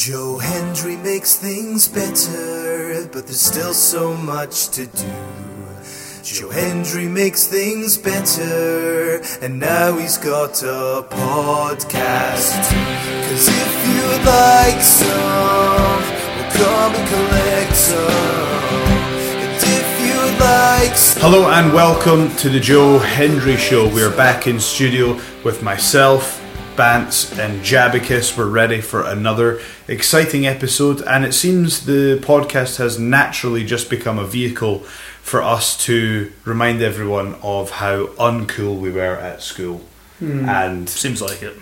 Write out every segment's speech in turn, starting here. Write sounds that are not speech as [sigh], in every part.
Joe Hendry makes things better, but there's still so much to do. Joe Hendry makes things better, and now he's got a podcast. Cause if you'd like some, we'll come and collect some. And if you'd like some, Hello and welcome to the Joe Hendry Show. We are back in studio with myself, Bance, and Jabicus. We're ready for another exciting episode, and it seems the podcast has naturally just become a vehicle for us to remind everyone of how uncool we were at school. And Seems like it.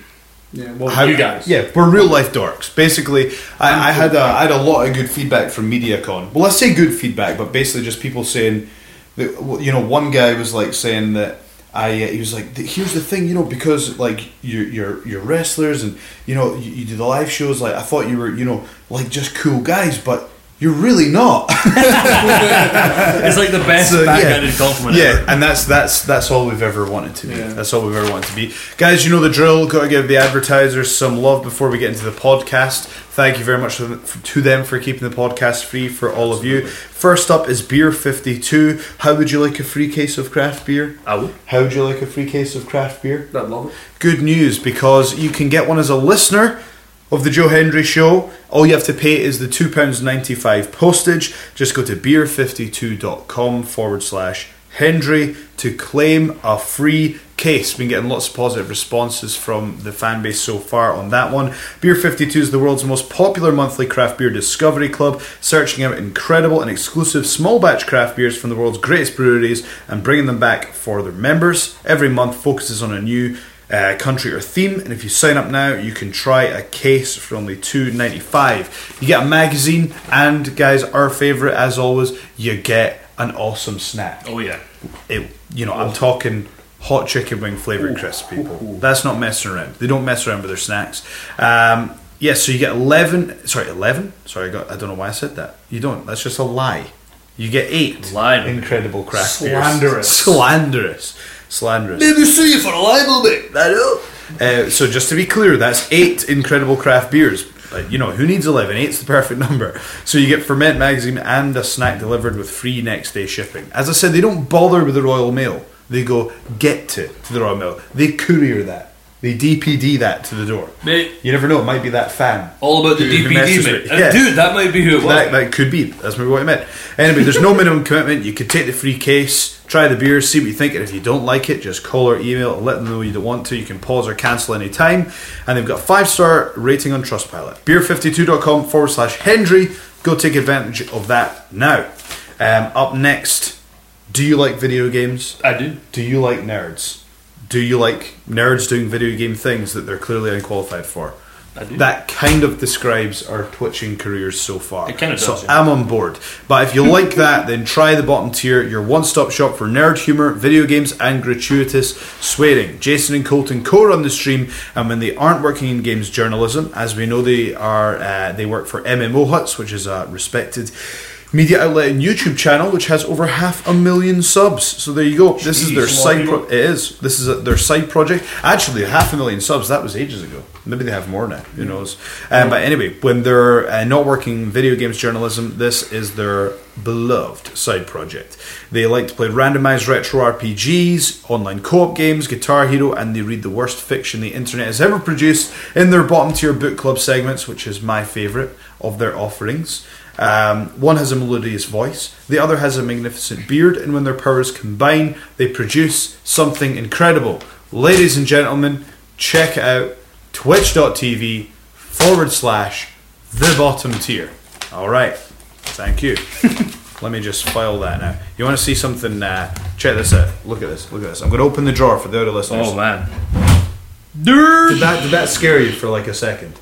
Yeah, well, how you guys. yeah, we're real life dorks. Basically, I, I had a I had a lot of good feedback from MediaCon. Well, let's say good feedback, but basically just people saying that well, you know one guy was like saying that I uh, he was like here's the thing you know because like you're you're, you're wrestlers and you know you, you do the live shows like I thought you were you know like just cool guys but. You're really not. [laughs] It's like the best So, backhanded compliment yeah, ever. and that's that's that's all we've ever wanted to be. Yeah. That's all we've ever wanted to be, guys. You know the drill. Got to give the advertisers some love before we get into the podcast. Thank you very much to them- to them for keeping the podcast free for all of you. First up is Beer Fifty Two. How would you like a free case of craft beer? I would. How would you like a free case of craft beer? I'd love it. good news because you can get one as a listener of the Joe Hendry Show. All you have to pay is the £2.95 postage. Just go to beer52.com forward slash Hendry to claim a free case. Been getting lots of positive responses from the fan base so far on that one. Beer 52 is the world's most popular monthly craft beer discovery club, searching out incredible and exclusive small batch craft beers from the world's greatest breweries and bringing them back for their members. Every month focuses on a new uh, country or theme. And if you sign up now, you can try a case for only two ninety five. You get a magazine, and guys, our favorite as always, you get an awesome snack. Oh yeah. It, you know, I'm talking hot chicken wing flavored crisps, people. That's not messing around. They don't mess around with their snacks. Um, yeah, so you get eleven. Sorry, eleven. Sorry, I got. I don't know why I said that. You don't. That's just a lie. You get eight Lied. incredible craft beers. Slanderous. [laughs] Slanderous. Slanderous. Maybe sue you for a libel, mate. Uh, so just to be clear, that's eight incredible craft beers. Like, you know, who needs 11? Eight's the perfect number. So you get Ferment Magazine and a snack delivered with free next day shipping. As I said, they don't bother with the Royal Mail. They go get to, to the Royal Mail. They courier that. They DPD that to the door. Mate. You never know, it might be that fan. All about the Dude, DPD, message mate. me. And Yeah. Uh, Dude, that might be who it was. That, that could be. That's maybe what I meant. Anyway, there's no minimum commitment. You could take the free case, try the beer, see what you think, and if you don't like it, just call or email and let them know you don't want to. You can pause or cancel any time. And they've got five star rating on Trustpilot. Beer52.com forward slash Hendry. Go take advantage of that now. Um, up next, do you like video games? I do. Do you like nerds? Do you like nerds doing video game things that they're clearly unqualified for? I do. That kind of describes our twitching careers so far. It kinda So does, yeah. I'm on board. But if you like that, then try the bottom tier, your one stop shop for nerd humour, video games, and gratuitous swearing. Jason and Colton co run the stream, and when they aren't working in games journalism, as we know they are, uh, they work for MMO Huts, which is a respected media outlet and YouTube channel, which has over half a million subs. So there you go. This is their Jeez. side. Pro- it is. This is a, their side project. Actually, half a million subs. That was ages ago. Maybe they have more now. Who knows? Um, but anyway, when they're uh, not working video games journalism, this is their beloved side project. They like to play randomized retro RPGs, online co-op games, Guitar Hero, and they read the worst fiction the internet has ever produced in their bottom tier book club segments, which is my favorite of their offerings. Um, one has a melodious voice, the other has a magnificent beard, and when their powers combine, they produce something incredible. Ladies and gentlemen, check out twitch.tv forward slash the bottom tier. All right, thank [laughs] you. Let me just file that now. You want to see something? Uh, check this out. Look at this. Look at this. I'm going to open the drawer for the other listeners. Oh man. Dude. Did that, did that scare you for like a second?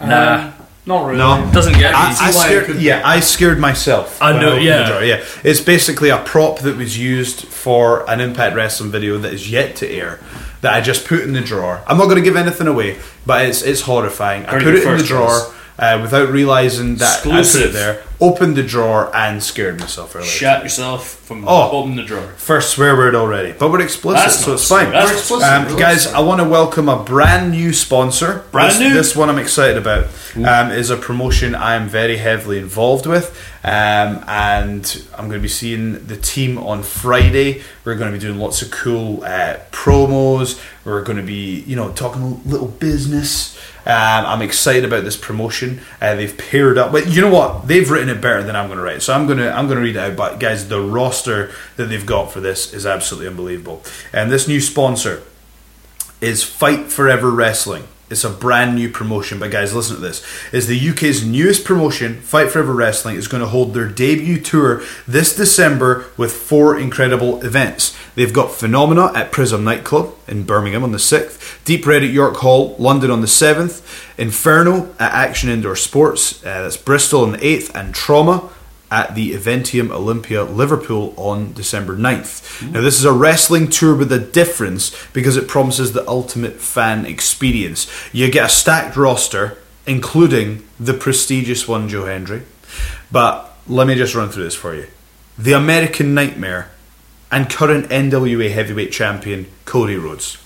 Nah. Not really. Uh, No. Doesn't get me. I, I See why it scared, could- yeah, I scared myself. I when know, opened yeah. the drawer, yeah. It's basically a prop that was used for an Impact Wrestling video that is yet to air. That I just put in the drawer. I'm not going to give anything away, but it's it's horrifying. I Pretty put good it in the first drawer choice. uh, without realizing that I put it Exclusive. there. opened the drawer and scared myself earlier. Shut yourself from Oh. opening the drawer. First swear word already, but we're explicit, That's so not it's fine. true. That's We're not explicit. true. Um, That's guys, I want to welcome a brand new sponsor. Brand This- new? Mm. This one I'm excited about. Um, is a promotion I am very heavily involved with, um, and I'm going to be seeing the team on Friday. We're going to be doing lots of cool uh, promos. We're going to be, you know, talking a little business. Um, I'm excited about this promotion. Uh, they've paired up, but you know what? They've written it better than I'm going to write. So I'm going to I'm going to read it out. But guys, the roster that they've got for this is absolutely unbelievable. And this new sponsor is Fight Forever Wrestling. It's a brand new promotion, but guys, listen to this. It's the UK's newest promotion, Fight Forever Wrestling, is going to hold their debut tour this December with four incredible events. They've got Phenomena at Prism Nightclub in Birmingham on the 6th, Deep Red at York Hall, London on the 7th, Inferno at Action Indoor Sports, uh, that's Bristol on the 8th, and Trauma at the Eventium Olympia Liverpool on December 9th. Now, this is a wrestling tour with a difference because it promises the ultimate fan experience. You get a stacked roster, including the prestigious one, Joe Hendry. But let me just run through this for you The American Nightmare and current NWA heavyweight champion, Cody Rhodes,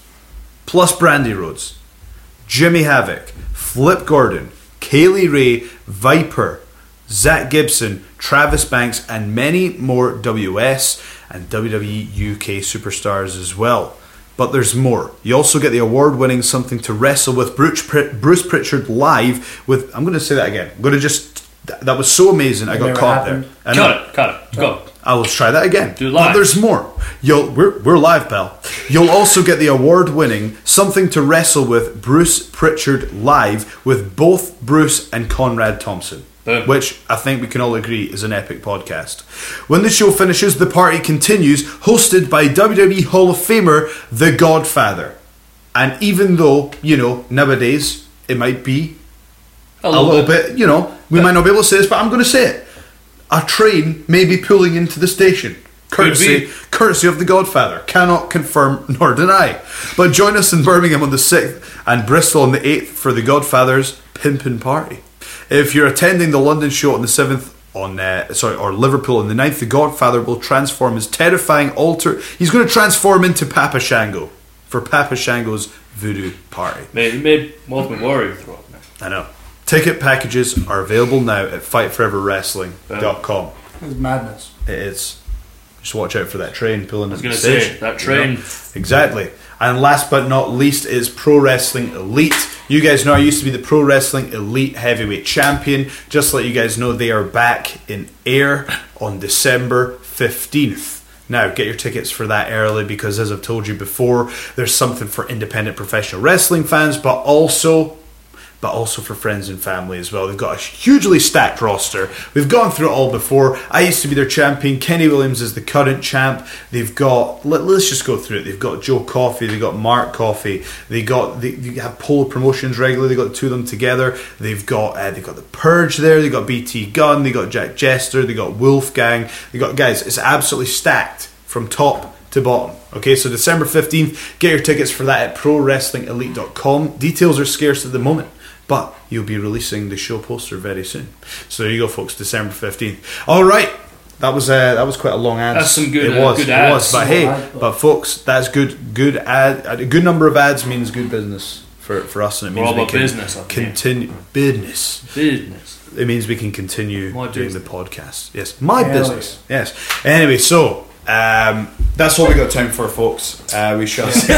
plus Brandy Rhodes. Jimmy Havoc, Flip Gordon, Kaylee Ray, Viper, Zach Gibson, Travis Banks, and many more WS and WWE UK superstars as well. But there's more. You also get the award winning Something to Wrestle with Bruce Prit- Bruce Pritchard live with. I'm going to say that again. I'm going to just. th- That was so amazing. I got Never caught happened. there. I know. Cut it, cut it. Go. Oh. I will try that again. Do it But live. there's more. You'll we're, we're live, pal. You'll also get the award-winning "Something to Wrestle with" Bruce Pritchard live with both Bruce and Conrad Thompson, Boom. which I think we can all agree is an epic podcast. When the show finishes, the party continues, hosted by WWE Hall of Famer The Godfather. And even though you know nowadays it might be A a little bit, you know, we might not be able to say this, but I'm going to say it. A train may be pulling into the station. Courtesy, be. courtesy of the Godfather. Cannot confirm nor deny. But join us in Birmingham on the 6th and Bristol on the 8th for the Godfather's Pimpin' Party. If you're attending the London show on the 7th, on uh, sorry, or Liverpool on the 9th, the Godfather will transform his terrifying altar. He's going to transform into Papa Shango for Papa Shango's voodoo party. Man, you made Ultimate Warrior throw up. man. I know. Ticket packages are available now at Um, fightforeverwrestling.com. It's madness. It is. Just watch out for that train pulling was into gonna the say, station. that train. Exactly. And last but not least is Pro Wrestling Elite. You guys know I used to be the Pro Wrestling Elite Heavyweight Champion. Just to let you guys know, they are back in air on December 15th. Now, get your tickets for that early because, as I've told you before, there's something for independent professional wrestling fans, but also but also for friends and family as well. They've got a hugely stacked roster. We've gone through it all before. I used to be their champion. Kenny Williams is the current champ. They've got let, us just go through it. They've got Joe Coffey. They've got Mark Coffey. They got they, they have polo promotions regularly. They got the two of them together. They've got uh, they've got the Purge there. They got BT Gun. They got Jack Jester. They got Wolfgang. They got guys. It's absolutely stacked from top to bottom. Okay, so December 15th, get your tickets for that at prowrestlingelite.com. Details are scarce at the moment, but you'll be releasing the show poster very soon. So there you go, folks, December 15th. All right. That was uh, that was quite a long ad. That's some good, It uh, was, good it ads. was. But hey, but folks, that's good. Good ad. A good number of ads means good business for, for us, and it We're means all we about can business up here. continue business Business. it means we can continue My doing business. the podcast. Yes, my Hell business. Yes. Anyway, so um, that's all we got time for, folks. Uh, we [laughs] shall. see.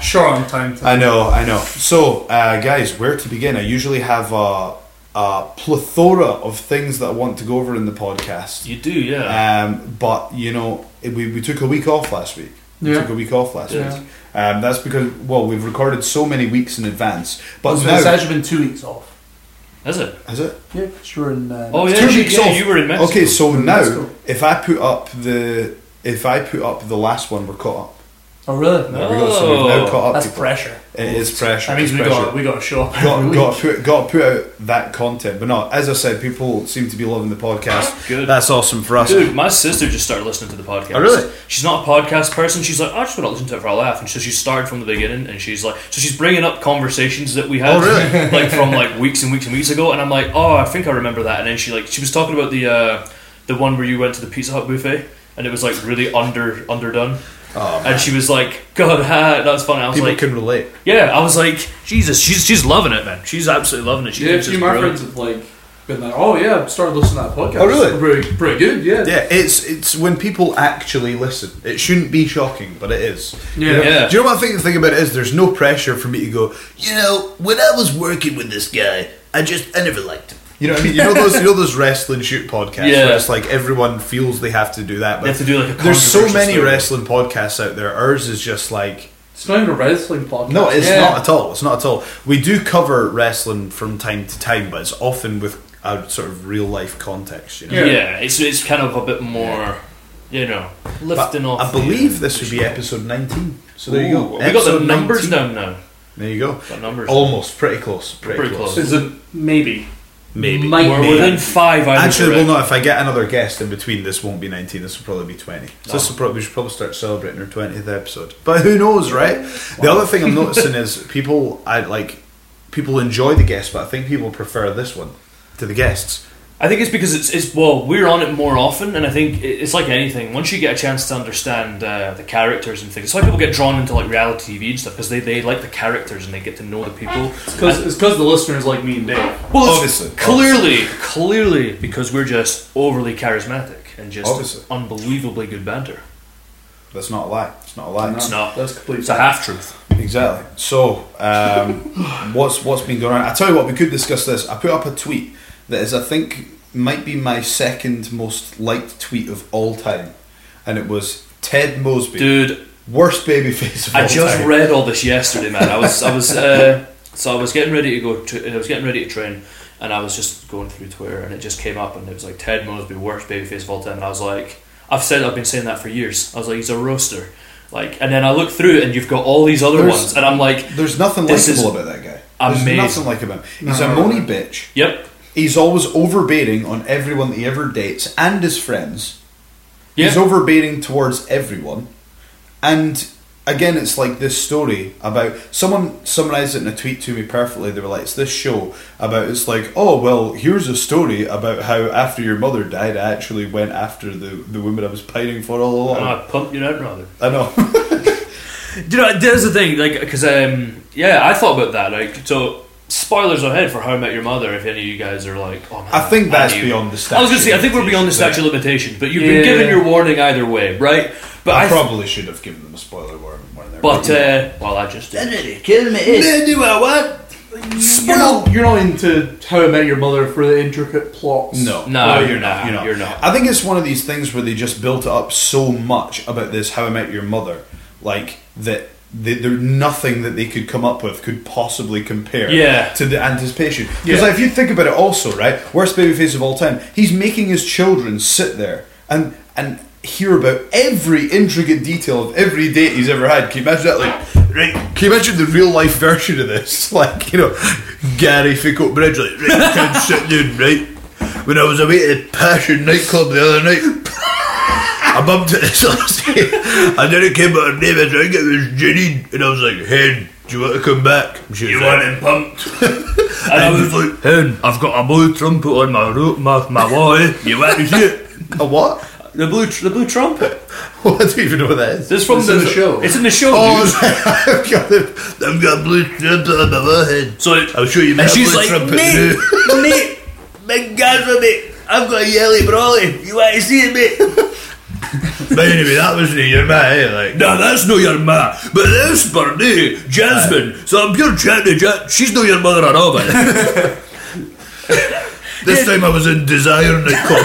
Short on time. To I know, I know. So, uh, guys, where to begin? I usually have a, a plethora of things that I want to go over in the podcast. You do, yeah. Um, but you know, it- we, we took a week off last week. We Yeah. took a week off last Yeah. week. Um, that's because well, we've recorded so many weeks in advance. But It's now, it's actually been two weeks off. Is it? has it? Yeah, because we're in. Uh, Oh, yeah. two you- weeks yeah, off. you were in Mexico. Okay, so We were in now Mexico. if I put up the if I put up the last one, we're caught up. Oh, really? There we go. So we've now Oh, caught up. That's people. pressure. It is pressure. That means it's we pressure. got we got to show up. got, every got, week. to put, got to put out that content. But no, as I said, people seem to be loving the podcast. Good. That's awesome for us. Dude, my sister just started listening to the podcast. Oh, really? She's not a podcast person. She's like, I just want to listen to it for a laugh. And so she started from the beginning, and she's like, so she's bringing up conversations that we had, Oh, really? [laughs] like from like weeks and weeks and weeks ago. And I'm like, oh, I think I remember that. And then she like, she was talking about the uh, the one where you went to the Pizza Hut buffet, and it was like really under underdone. Oh, and she was like, God, [laughs] ha, that's funny. I was People like, can relate. yeah, I was like, Jesus, she's she's loving it, man. She's absolutely loving it. She Yeah, a thinks few it's of my brilliant. friends have like been like, "Oh yeah, I started listening to that podcast. Oh, really? Pretty, pretty good. Yeah. Yeah, it's it's when people actually listen. It shouldn't be shocking, but it is. You Yeah. know- Yeah. Do you know what I think the thing about it is? There's no pressure for me to go. You know, when I was working with this guy, I just I never liked him. You know what I mean? You know those you know those wrestling shoot podcasts Yeah. where it's like everyone feels they have to do that. But They have to do, like, a there's so controversial many story. wrestling podcasts out there. Ours is just like It's not even a wrestling podcast. no, it's Yeah. not at all. It's not at all. We do cover wrestling from time to time, but it's often with a sort of real life context. You know? Yeah. Yeah, it's it's kind of a bit more, you know, But lifting off. I the- believe this would be episode 19. So there you Ooh, go. We got the Episode numbers 19. down now. There you go. Got numbers. Almost. Pretty close. Pretty, Pretty close. close. Is it maybe? Maybe. Might We're be. within five. I Actually, we'll well, no. If I get another guest in between, this won't be 19. This will probably be 20. So this will probably, we should probably start celebrating our 20th episode. [laughs] But who knows, right? The other thing I'm noticing is people. I like people enjoy the guests, but I think people prefer this one to the guests. I think it's because it's, it's well, we're on it more often, and I think it- it's like anything. Once you get a chance to understand uh, the characters and things, it's why people get drawn into like reality TV and stuff because they, they like the characters and they get to know the people. Because it's because the listeners like me and Dave. Well, it's Obviously. clearly, clearly, because we're just overly charismatic and just Obviously. unbelievably good banter. That's not a lie. It's not a lie. It's not. That's complete. It's a half truth. Exactly. So, um, [laughs] what's what's been going on? I tell you what, we could discuss this. I put up a tweet that is, I think, might be my second most liked tweet of all time, and it was Ted Mosby, Dude, worst baby face of I all just time. read all this yesterday, man. I was, I was, [laughs] uh, so I was getting ready to go. To, I was getting ready to train, and I was just going through Twitter, and it just came up, and it was like Ted Mosby, worst babyface of all time, and I was like, I've said, I've been saying that for years. I was like, he's a roaster, like, and then I look through, it and you've got all these other There's- ones, and I'm like, There's nothing This likable is about that guy. amazing. There's nothing like about him. He's a No. moany bitch. yep, He's always overbearing on everyone that he ever dates and his friends. yeah, He's overbearing towards everyone. And again, it's like this story about someone summarized it in a tweet to me perfectly. They were like, it's this show about it's like, oh, well, here's a story about how after your mother died, I actually went after the, the woman I was pining for all along. and I pumped you out rather. I know. [laughs] you know, there's the thing, like, because um, yeah, I thought about that, like, so. Spoilers ahead for How I Met Your Mother. If any of you guys are like, oh, man, I think that's knew. beyond the statute. I was going to say, I think we're beyond the statute of limitations, but you've been given Yeah. your warning either way, right? But I, I, th- probably should have given them a spoiler warning. when they were but reading it. uh, well, I just did. do I what? You're not, you're not into How I Met Your Mother for the intricate plots. No, No, you're not. You're not. I think it's one of these things where they just built it up so much about this "How I Met Your Mother," like that. They, there nothing that they could come up with could possibly compare Yeah. to the anticipation. Because Yeah. if you think about it, also right, worst babyface of all time. He's making his children sit there and and hear about every intricate detail of every date he's ever had. Can you imagine that? Like, right? Can you imagine the real life version of this? [laughs] Like, you know, Gary Fico Bridge, like, right, [laughs] can't sit down, right? When I was away at Passion nightclub the other night, I bumped into this [laughs] lady, and then it came out her name. I think it was Jenny, and I was like, "Hen, do you want to come back?" And she was like, him [laughs] pumped? and I was like, "Hen, I've got a blue trumpet on my ro- my my wall. eh? You want to see it? "A what?" The blue tr- the blue trumpet. Well, [laughs] I don't even know what that is. This is from It's in the show. It's in the show. Oh, dude. I've got, I've got blue trumpet on my head. [laughs] So I'll show you my and she's blue like, trumpet. mate, mate, Big guys with me. I've got a yelly brawly. You want to see it, mate? but anyway, that was me. You're my eh, like. no, that's no your ma, but this Bernie Jasmine. So I'm pure chatty. Ja- she's no your mother at all, man. This time I was in Desire nightclub.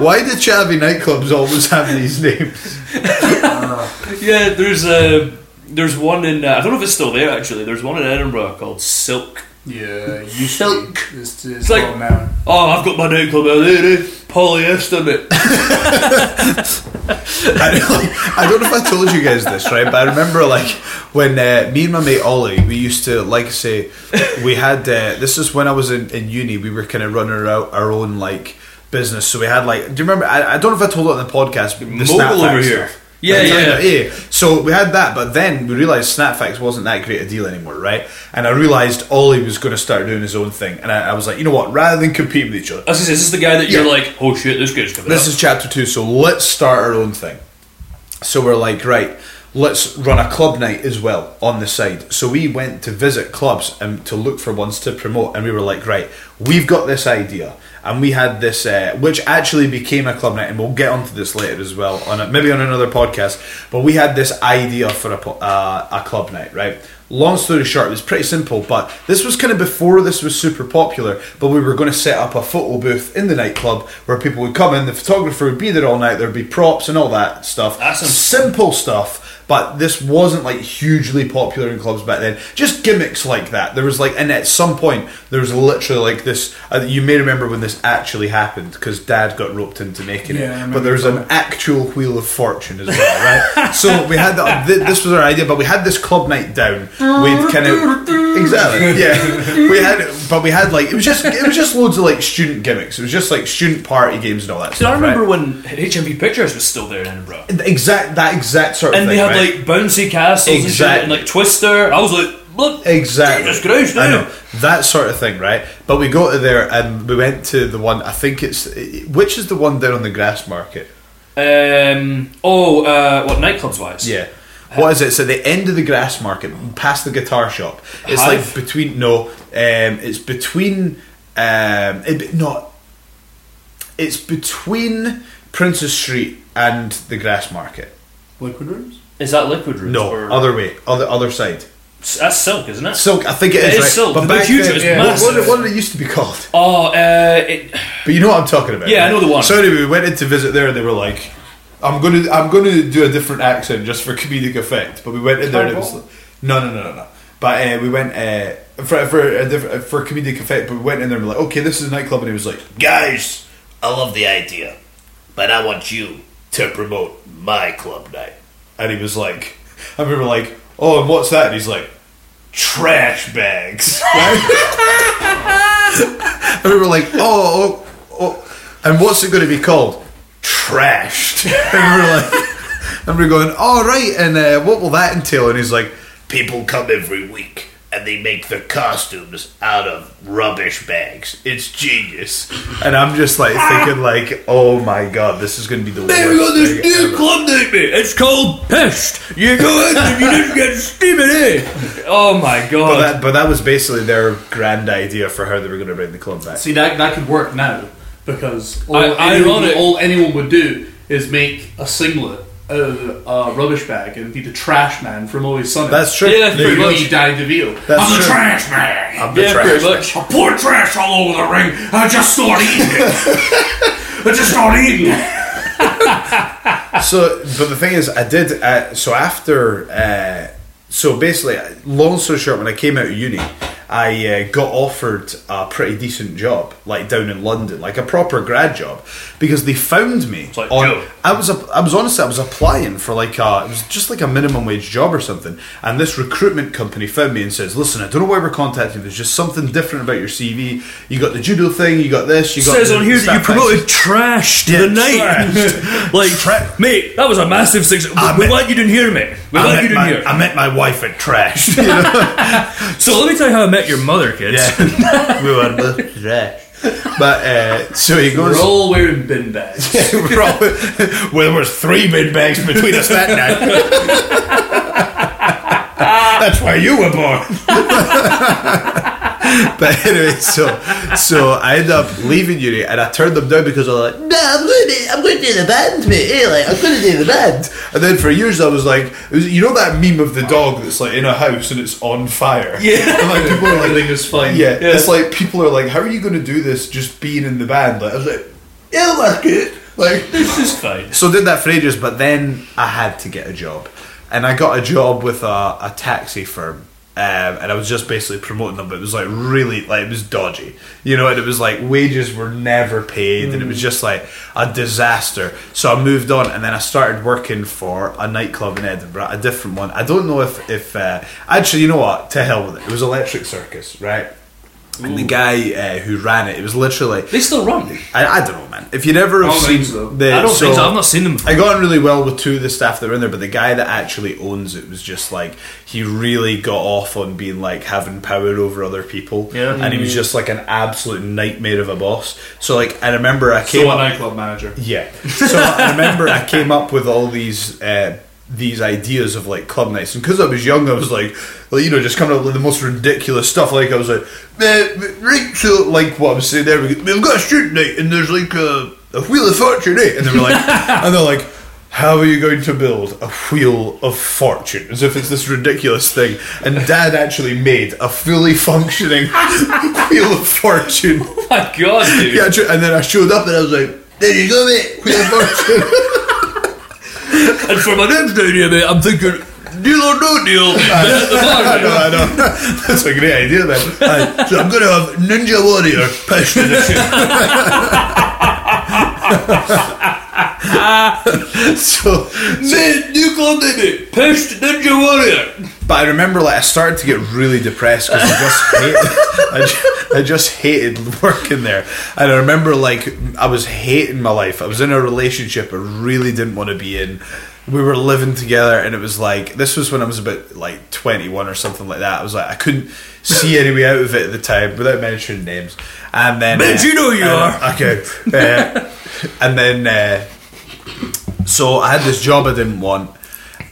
[laughs] Why do chavvy nightclubs always have these names? [laughs] Yeah, there's a there's one in uh, I don't know if it's still there actually. There's one in Edinburgh called Silk. Yeah, you [laughs] Silk. It's, it's, like- gone now. Oh, I've got my nightclub out there, eh? polyester mate. I, I don't know if I told you guys this, right? But I remember like when uh, me and my mate Ollie, we used to like say we had uh, this is when I was in, in uni. We were kind of running our, our own like business, so we had like do you remember? I, I don't know if I told it on the podcast. but The Mogul Snapback over here. stuff. Yeah, Right, yeah. yeah. So we had that, but then we realised Snapfax wasn't that great a deal anymore, right? And I realised Ollie was going to start doing his own thing, and I, I was like, you know what? Rather than compete with each other, I was gonna say, is this the guy that you're Yeah. like, oh shit, this guy's coming this up. is chapter two, so let's start our own thing. So we're like, right, let's run a club night as well on the side. So we went to visit clubs and to look for ones to promote, and we were like, right, we've got this idea, and we had this, uh, which actually became a club night, and we'll get onto this later as well, on a, maybe on another podcast. But we had this idea for a po- uh, a club night, right? Long story short, it was pretty simple, but this was kind of before this was super popular. But we were going to set up a photo booth in the nightclub where people would come in, the photographer would be there all night, there'd be props and all that stuff That's some simple stuff, but this wasn't like hugely popular in clubs back then. Just gimmicks like that. There was like, and at some point, there was literally like this. Uh, you may remember when this actually happened because Dad got roped into making Yeah, I it. remember But there was an actual Wheel of Fortune as well, [laughs] right? so we had that. Th- this was our idea, but we had this club night down with kind of exactly, yeah. We had, but we had like it was just it was just loads of like student gimmicks. It was just like student party games and all that. See, stuff, I remember right? when HMP Pictures was still there in Edinburgh. exact that exact sort of And thing, they had right? like bouncy castles and, shit, and Exactly. like Twister. I was like, look, Exactly. Jesus Christ, I no. know that sort of thing, right? But we go to there and we went to the one. I think it's which is the one down on the grass market. Um, oh, uh, what nightclubs wise? Yeah. What is it? It's at the end of the grass market, past the guitar shop. It's like Hive? between no, um, it's between um, it, no, it's between Princess Street and the grass market. Liquid rooms? Is that Liquid Rooms? No, or- other way, other other side. that's Silk, isn't it? Silk, I think It it is is. right? Silk. The But back huge- then, it's what, what, massive. what did it used to be called? Oh, uh, it, But you know what I'm talking about. Yeah, I know the one. So anyway, we went in to visit there, and they were like, "I'm gonna, I'm gonna do a different accent just for comedic effect." But we went in there, and it was like, no, no, no, no, no. But uh, we went uh, for for a different, for comedic effect. But we went in there and we're like, "Okay, this is a nightclub," and he was like, "Guys, I love the idea, but I want you to promote my club night." And he was like, "I remember like, oh, and what's that?" And he's like, "Trash [laughs] bags." [laughs] And we were like, oh, oh, oh. and what's it going to be called? Trashed. [laughs] And we were like, and we we're going, all right, and uh, what will that entail? And he's like, people come every week and they make their costumes out of rubbish bags. It's genius. And I'm just like thinking, like, oh my god, this is going to be the Hey, we got worst this thing new ever. club night, mate. It's called Pissed. You go in and you just get steaming in. Oh my But god. that, but that was basically their grand idea for how they were going to bring the club back. See, that, that could work now because all, I- anyone, ironic. all anyone would do is make a singlet out of a rubbish bag and be the trash man from Always Sunny. That's true. Yeah, There you pretty go. Be much. Danny DeVito. That's I'm the true. trash man. I'm the yeah, trash pretty man. much. I pour trash all over the ring. I just start eating it. [laughs] I just start eating it. so, but the thing is, I did. Uh, so after, uh, so basically, long story short, when I came out of uni, I uh, got offered a pretty decent job, like down in London, like a proper grad job, because they found me. like on, Joe. I was a, I was honestly I was applying for like a it was just like a minimum wage job or something, and this recruitment company found me and says, "Listen, I don't know why we're contacting you. There's just something different about your CV. You got the judo thing. You got this. You It got says the on here that you staff promoted trash to Yeah, the night. trashed. [laughs] like, Tra- mate, that was a massive six. We, I we meant- glad you didn't hear me. We glad you didn't hear. met my wife at Trash. [laughs] You know? so let me tell you how I met your mother, kids. [laughs] yeah. [laughs] we were both Trash. But uh, so he goes. [laughs] We're all wearing bin bags. We're all- well, there was three bin bags between us that night. That's why you were born. [laughs] but anyway, so so I end up leaving uni, and I turned them down because I was like, "No, I'm going to I'm going to do the band, mate. Eh, like, I'm going to do the band." And then for years, I was like, it was- "You know that meme of the dog that's like in a house and it's on fire?" Yeah. And like people are like, Everything is fine. yeah, it's like people are like, "How are you going to do this just being in the band?" Like I was like, "Yeah, like it." Like This is fine. so did that for ages, but then I had to get a job, and I got a job with a, a taxi firm. um, and I was just basically promoting them, but it was like really like it was dodgy, you know, and it was like wages were never paid, and it Mm. was just like a disaster. So I moved on, and then I started working for a nightclub in Edinburgh, a different one. I don't know if if uh, actually, you know what? To hell with it. It was Electric Circus, right? And the guy uh, who ran it, it was literally. They still run. I, I don't know, man. If you never have I don't seen think so. the, I don't think so. I've not seen them. [laughs] I got on really well with two of the staff that were in there, but the guy that actually owns it was just like he really got off on being like having power over other people, Yeah. and he was just like an absolute nightmare of a boss. So like I remember I came So a up, [laughs] nightclub manager. yeah. [laughs] So I remember I came up with all these uh, these ideas of like club nights, and because I was young, I was like, like, you know, just coming up with the most ridiculous stuff. Like I was like, eh, Rachel, like what I was saying there, we- we've got a street night, and there's like a, a wheel of fortune, eh? And they were like, and they're like. How are you going to build a wheel of fortune? As if it's this ridiculous thing. And Dad actually made a fully functioning [laughs] wheel of fortune. My God, dude. Yeah, true. and then I showed up and I was like, "There you go, mate. [laughs] Queen of Fortune." And for my next idea, mate, I'm thinking deal or [laughs] no deal. Bet at the I know, bar, I know. That's a great idea, then. Aye, so I'm going to have Ninja Warrior Pest [laughs] Edition. so, mate. New club debut. Post Ninja Warrior. but I remember like I started to get really depressed because I [laughs] just hated, I, ju- I just hated working there, and I remember like I was hating my life. I was in a relationship I really didn't want to be in. We were living together, and it was like this was when I was about like twenty one or something like that. I was like I couldn't [laughs] see any way out of it at the time without mentioning names, and then Bitch, you know you uh, [laughs] okay, uh, and then. Uh, so I had this job I didn't want,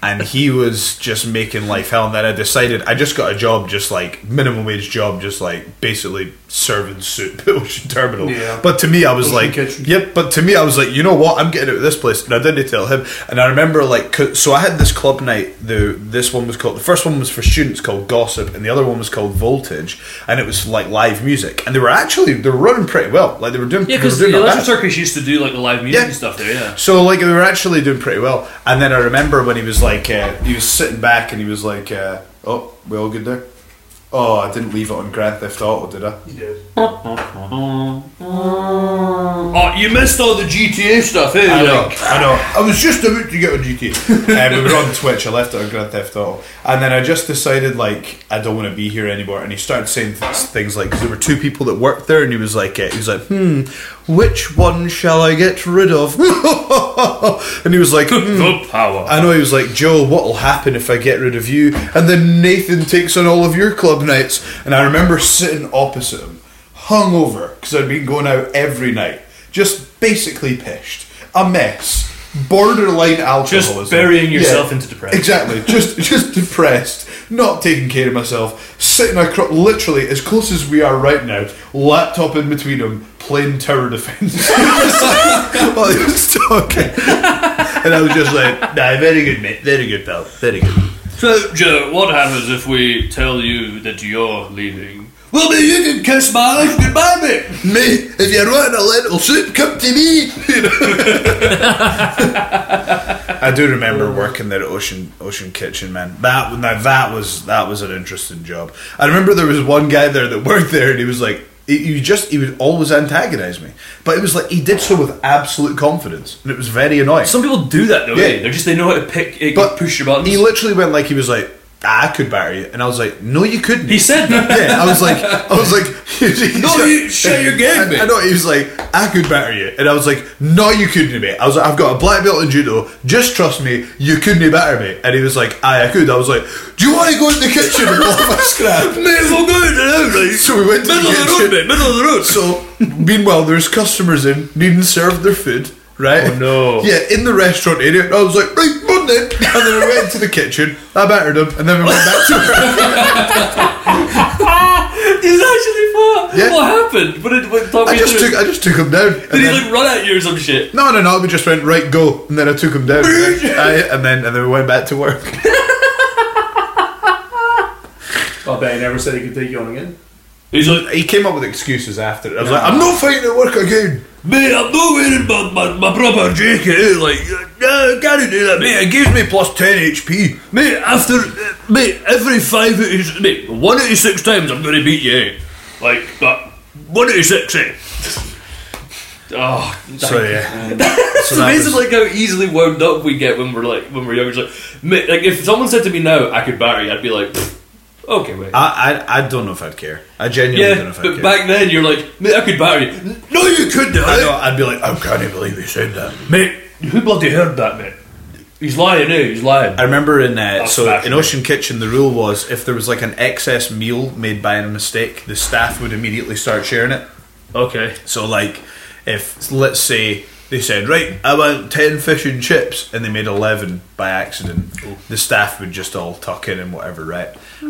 and he was just making life hell. And then I decided I just got a job, just like minimum wage job, just like basically serving soup at Ocean Terminal. Yeah. But to me, I was Ocean like, kitchen. yep. But to me, I was like, you know what? I'm getting out of this place, and I didn't tell him. And I remember like, 'cause- so I had this club night. The this one was called the first one was for students called Gossip, and the other one was called Voltage, and it was like live music. And they were actually they were running pretty well. Like they were doing Yeah, they were because the doing not Electric bad. Circus used to do like the live music Yeah. and stuff there. Yeah. So like we were actually doing pretty well, and then I remember when he was like uh, he was sitting back and he was like, uh, "Oh, we all good there? Oh, I didn't leave it on Grand Theft Auto, did I? Oh, you missed all the GTA stuff, eh? I know, Like, I know. I was just about to get on [laughs] GTA. um, we were on Twitch. I left it on Grand Theft Auto, and then I just decided like I don't want to be here anymore. And he started saying th- things like, 'cause there were two people that worked there, and he was like, uh, he was like, "Hmm, which one shall I get rid of?" [laughs] and he was like, "Hmm, the power. I know he was like, Joe, what'll happen if I get rid of you? And then Nathan takes on all of your club nights. And I remember sitting opposite him, hungover, because I'd been going out every night, just basically pissed, a mess, borderline alcoholism. burying yourself into depression. [laughs] Exactly, just just depressed, not taking care of myself, sitting across, literally as close as we are right now, laptop in between them, playing tower defense. [laughs] while he was talking. [laughs] And I was just like, nah, very good, mate. Very good, pal. Very good. So, Joe, what happens if we tell you that you're leaving? Well, then you can kiss my life goodbye, mate. Mate, if you're wanting a little soup, come to me. You know? I do remember working there at Ocean Ocean Kitchen, man. That now that was that was an interesting job. I remember there was one guy there that worked there, and he was like, he, he just he would always antagonise me, but it was like he did so with absolute confidence, and it was very annoying. Some people do that though. Yeah. eh? They're just they know how to pick, eh, but push your buttons. He literally went like he was like, "Ah, I could batter you, and I was like, no, you couldn't. He said that. yeah, I was like, I was [laughs] like, [laughs] No, you- shut your game, I, mate. I know. He was like, I could batter you, and I was like, No, you couldn't, mate. I was like, I've got a black belt in judo. Just trust me, you couldn't batter me. And he was like, Aye, I could. I was like, Do you want to go in the kitchen [laughs] and off a scrap? Mate, we'll go down, [laughs] like, [laughs] So we went to middle the of the road, kitchen. mate. Middle of the road. So, meanwhile, there's customers in needing served their food, right? Oh, no. Yeah, in the restaurant area. And I was like, right, run then. And then I went to the kitchen, I battered him, and then we went [laughs] back to her. He's actually fat. Yeah. What happened? What did what, talk I me just through took, it. I just took him down. and Did he then- like run at you or some shit? no, no, no. We just went right, go, and then I took him down, Aye, and then and then we went back to work. Oh, I bet he never said he could take you on again. He's like, [laughs] He came up with excuses after it. I was like, I'm not fighting at work again. mate, I'm not wearing my, my, my proper jacket. eh? Like, uh, no, I can't do that, mate. It gives me plus 10 HP. Mate, after uh, mate, every five eighty, mate, one eighty six times I'm gonna beat you. eh? Like that, one eighty six. Eh? [laughs] Oh, [laughs] that- So yeah, it's that amazing, was- like how easily wound up we get when we're like when we're young. It's like, mate, like if someone said to me now I could marry, I'd be like, "Pfft, okay, wait. I, I I don't know if I'd care. I genuinely don't know yeah, if I'd but care. back then you're like, mate, I could marry. you." No, you couldn't. I know, eh? I'd be like, "Oh, I can't believe they said that. Mate, who bloody heard that, mate? He's lying, eh? He's lying. I remember in uh, That's so in fascinating. Ocean Kitchen the rule was if there was like an excess meal made by a mistake, the staff would immediately start sharing it. Okay. So like if let's say they said right, I want ten fish and chips, and they made eleven by accident, the staff would just all tuck in and whatever, right?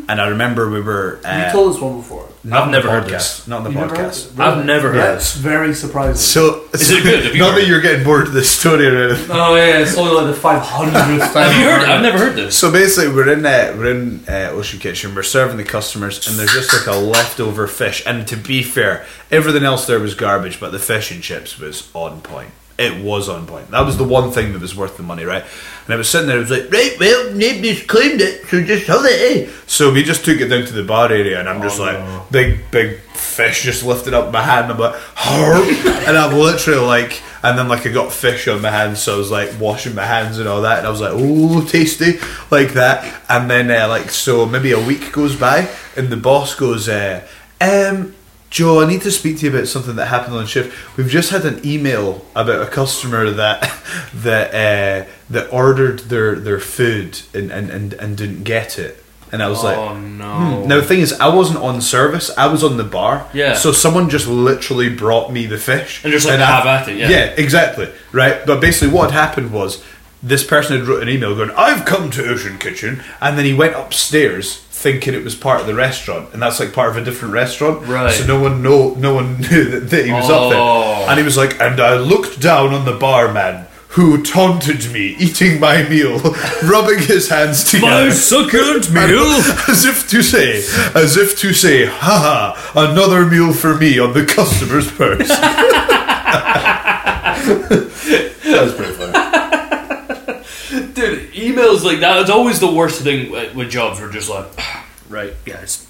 And I remember we were You uh, told us one before. not I've on the never heard podcast, this. not on the You never heard podcast. it? Really? I've never heard That's very surprising. So Is it good? Have you not heard that it? you're getting bored of this story or anything. oh yeah, it's only like the five [laughs] hundredth time. Have you heard? I've never heard this. So basically, we're in uh, we're in uh, Ocean Kitchen. We're serving the customers, and there's just like a leftover fish. And to be fair, everything else there was garbage, but the fish and chips was on point. It was on point. That was the one thing that was worth the money, right? And I was sitting there. I was like, right, well, nobody's claimed it, so just have it. Eh? So we just took it down to the bar area, and I'm just like, big big fish just lifted up my hand. I'm like, "Harp," [laughs] and I'm literally like, and then like I got fish on my hands, so I was like washing my hands and all that, and I was like, oh, tasty, like that. And then uh, like so, maybe a week goes by, and the boss goes, uh, um. Joe, I need to speak to you about something that happened on shift. We've just had an email about a customer that [laughs] that uh, that ordered their, their food and, and, and, and didn't get it. And I was like, Oh no. now the thing is, I wasn't on service. I was on the bar. Yeah. So someone just literally brought me the fish. And just like, I- have at it, yeah. Yeah, exactly. Right. But basically, what had happened was this person had wrote an email going, "I've come to Ocean Kitchen," and then he went upstairs thinking it was part of the restaurant, and that's like part of a different restaurant. Right. So no one, no, no one [laughs] knew that, that he was up Oh. there, and he was like, "And I looked down on the barman." Who taunted me eating my meal, [laughs] rubbing his hands together? My succulent meal. [laughs] As if to say, as if to say, haha, another meal for me on the customer's purse. that was pretty funny. Dude, emails like that, it's always the worst thing with with jobs. We're just like, right, guys,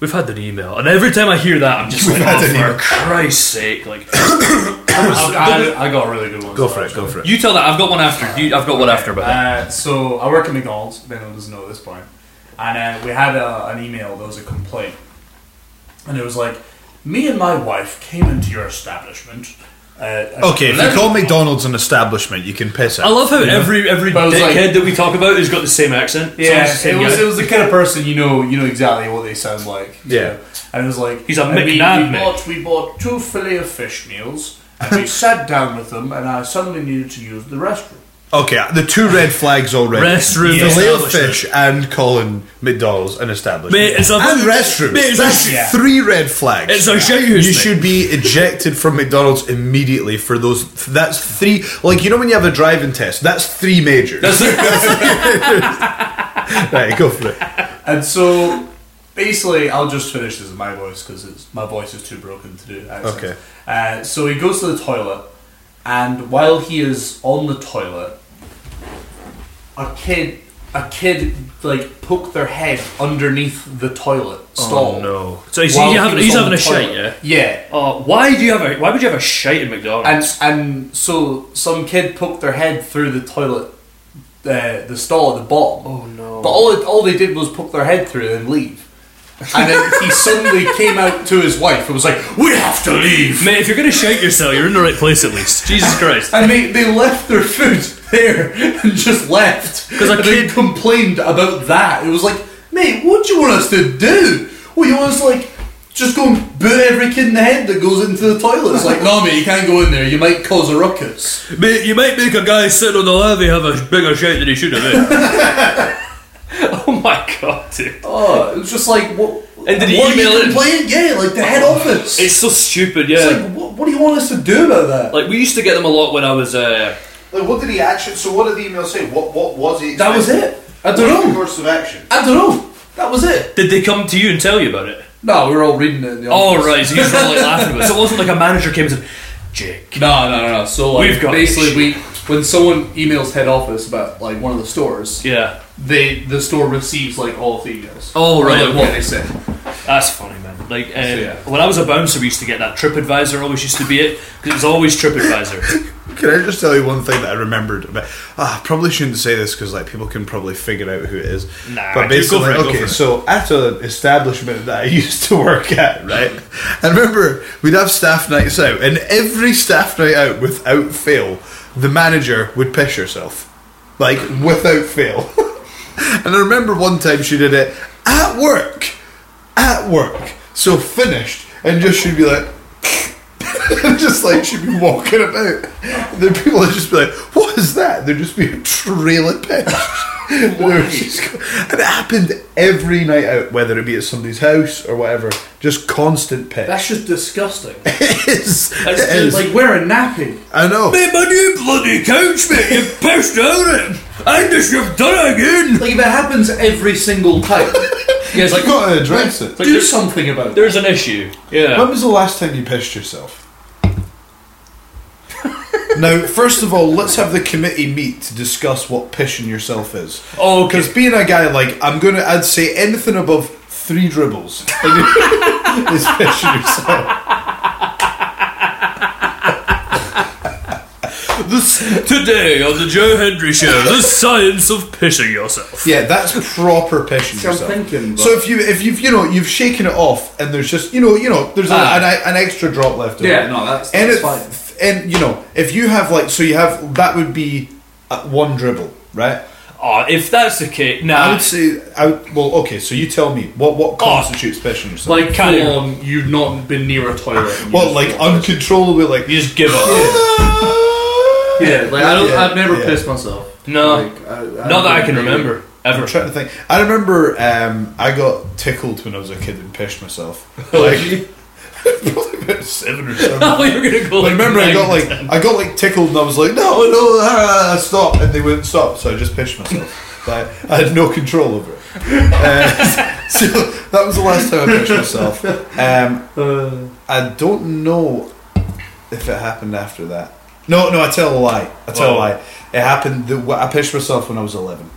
we've had an email. And every time I hear that, I'm just We've like, had oh, an for email." Christ's sake. Like, I, I got a really good one. [laughs] Go for it, go for it. you tell that. I've got one after. You, I've got one after, but. Uh, so I work at McDonald's. If anyone doesn't know at this point, and uh, we had a, an email. There was a complaint, and it was like, "Me and my wife came into your establishment." Uh, Okay, if you call McDonald's an establishment, you can piss it. I love how every every But I was dickhead like- that we talk about has got the same accent. Yeah, Sounds the it same was, guy. it was the kind of person you know you know exactly what they sound like. you Yeah. know. and it was like He's a and we, we, McNab, mate. bought, we bought two fillet of fish meals, and we [laughs] sat down with them, and I suddenly needed to use the restroom. Okay, the two red flags already. Restroom Filet of establishment. fish and calling McDonald's an establishment. Mate, it's a- and restroom. Mate, it's a- That's Yeah. three red flags. It's a shit You house, mate. should be ejected from McDonald's immediately for those. That's three. Like you know when you have a driving test, that's three majors. [laughs] That's the- right, go for it. And so, basically, I'll just finish this in my voice because my voice is too broken to do. accents. Okay. Uh, so he goes to the toilet, and while he is on the toilet, a kid, a kid, like poked their head underneath the toilet stall. no. So he's, While he's he having, was he's on having the a shite, toilet. yeah? Yeah. Uh, why do you have a why would you have a shite at McDonald's? And and so some kid poked their head through the toilet, uh, the stall at the bottom. oh no. But all it, all they did was poke their head through and leave. And then [laughs] he suddenly came out to his wife and was like, "We have to leave." Mate, if you're gonna shite yourself, you're in the right place at least. Jesus Christ. And they, they left their food there and just left. 'Cause a and they kid- complained about that. It was like, mate, what do you want us to do? What you want us to, like just go and boot every kid in the head that goes into the toilet? It's like, no, mate, you can't go in there. You might cause a ruckus. Mate, you might make a guy sitting on the levee have a bigger shite than he should have. [laughs] oh my god, dude. Oh, it was just like what? And did he what email are you it? complaining? Yeah, like the head office. It's so stupid, yeah. It's Like, like what, what do you want us to do about that? we used to get them a lot when I was uh Like, what did he actually? So, what did the email say? What What was he? that was it. I What was don't the know. course of action. I don't know. That was it. did they come to you and tell you about it? No, we were all reading it in the Oh office. right, so you just like laughing about it. [laughs] So it wasn't like a manager came and said, Jake. No, no, no, no. So like, We've got basically this. we when someone emails head office about like one of the stores, Yeah. they the store receives like all of the emails. Oh Or, right, like, okay. what they say. That's funny, man. Like uh, yeah. when I was a bouncer, we used to get that TripAdvisor. Always used to be it because it was always [laughs] TripAdvisor. Can I just tell you one thing that I remembered? About, ah, I probably shouldn't say this because like people can probably figure out who it is. Nah, but dude, go basically, for it, go for okay, it. so at an establishment that I [laughs] used to work at, right? I remember we'd have staff nights out, and every staff night out, without fail, the manager would piss herself, like without fail. [laughs] and I remember one time she did it at work, at work. So finished, and just she'd be like. [laughs] And just like she'd be walking about. The people would just be like, "What is that?" There'd just be a trail of [laughs] piss. They would just go- and it happened every night out, whether it be at somebody's house or whatever. Just constant piss. That's just disgusting. [laughs] it is. That's it is. like wear a nappy. I know. my new bloody couch, mate. You pissed out it. I just you've done it again. Like if it happens every single [laughs] time, you guys like You've got to address it. do something about it. There's an issue. Yeah. When was the last time you pissed yourself? now, first of all, let's have the committee meet to discuss what pissing yourself is. Oh, okay. Because being a guy like I'm gonna, I'd say anything above three dribbles [laughs] is pissing yourself. This, today on the Joe Hendry Show, the science of pissing yourself. Yeah, that's proper pissing I'm yourself. thinking, but- so if you, if you've, you know, you've shaken it off, and there's just, you know, you know, there's a, Ah. an, an extra drop left. over. Yeah, no, that's, and that's it- fine. and you know, if you have like, so you have that would be uh, one dribble, right? Oh, if that's the case, I Uh, nah. would say, I would, well, okay. So you tell me what Oh, what constitutes pissing yourself? Like Kind of. full on, you've not been near a toilet. and you Well, just like feel- uncontrollably, like you just give up. Yeah, like I don't, Yeah, I've never yeah. pissed myself. No. Like, I, I Uh, Not that I can don't- remember ever. I'm trying to think. I remember um, I got tickled when I was a kid and pissed [laughs] myself. Like, Like [laughs] probably about seven or something. oh, [laughs] you're gonna go. I Like, remember I got nine. like [laughs] I got like tickled and I was like, no, no, ah, stop, and they wouldn't stop, so I just pissed [laughs] myself. like, I had no control over it. Uh, [laughs] so that was the last time I pissed myself. Um, I don't know if it happened after that. No, no, I tell a lie. I tell Oh. a lie. It happened. The, I pissed myself when I was eleven.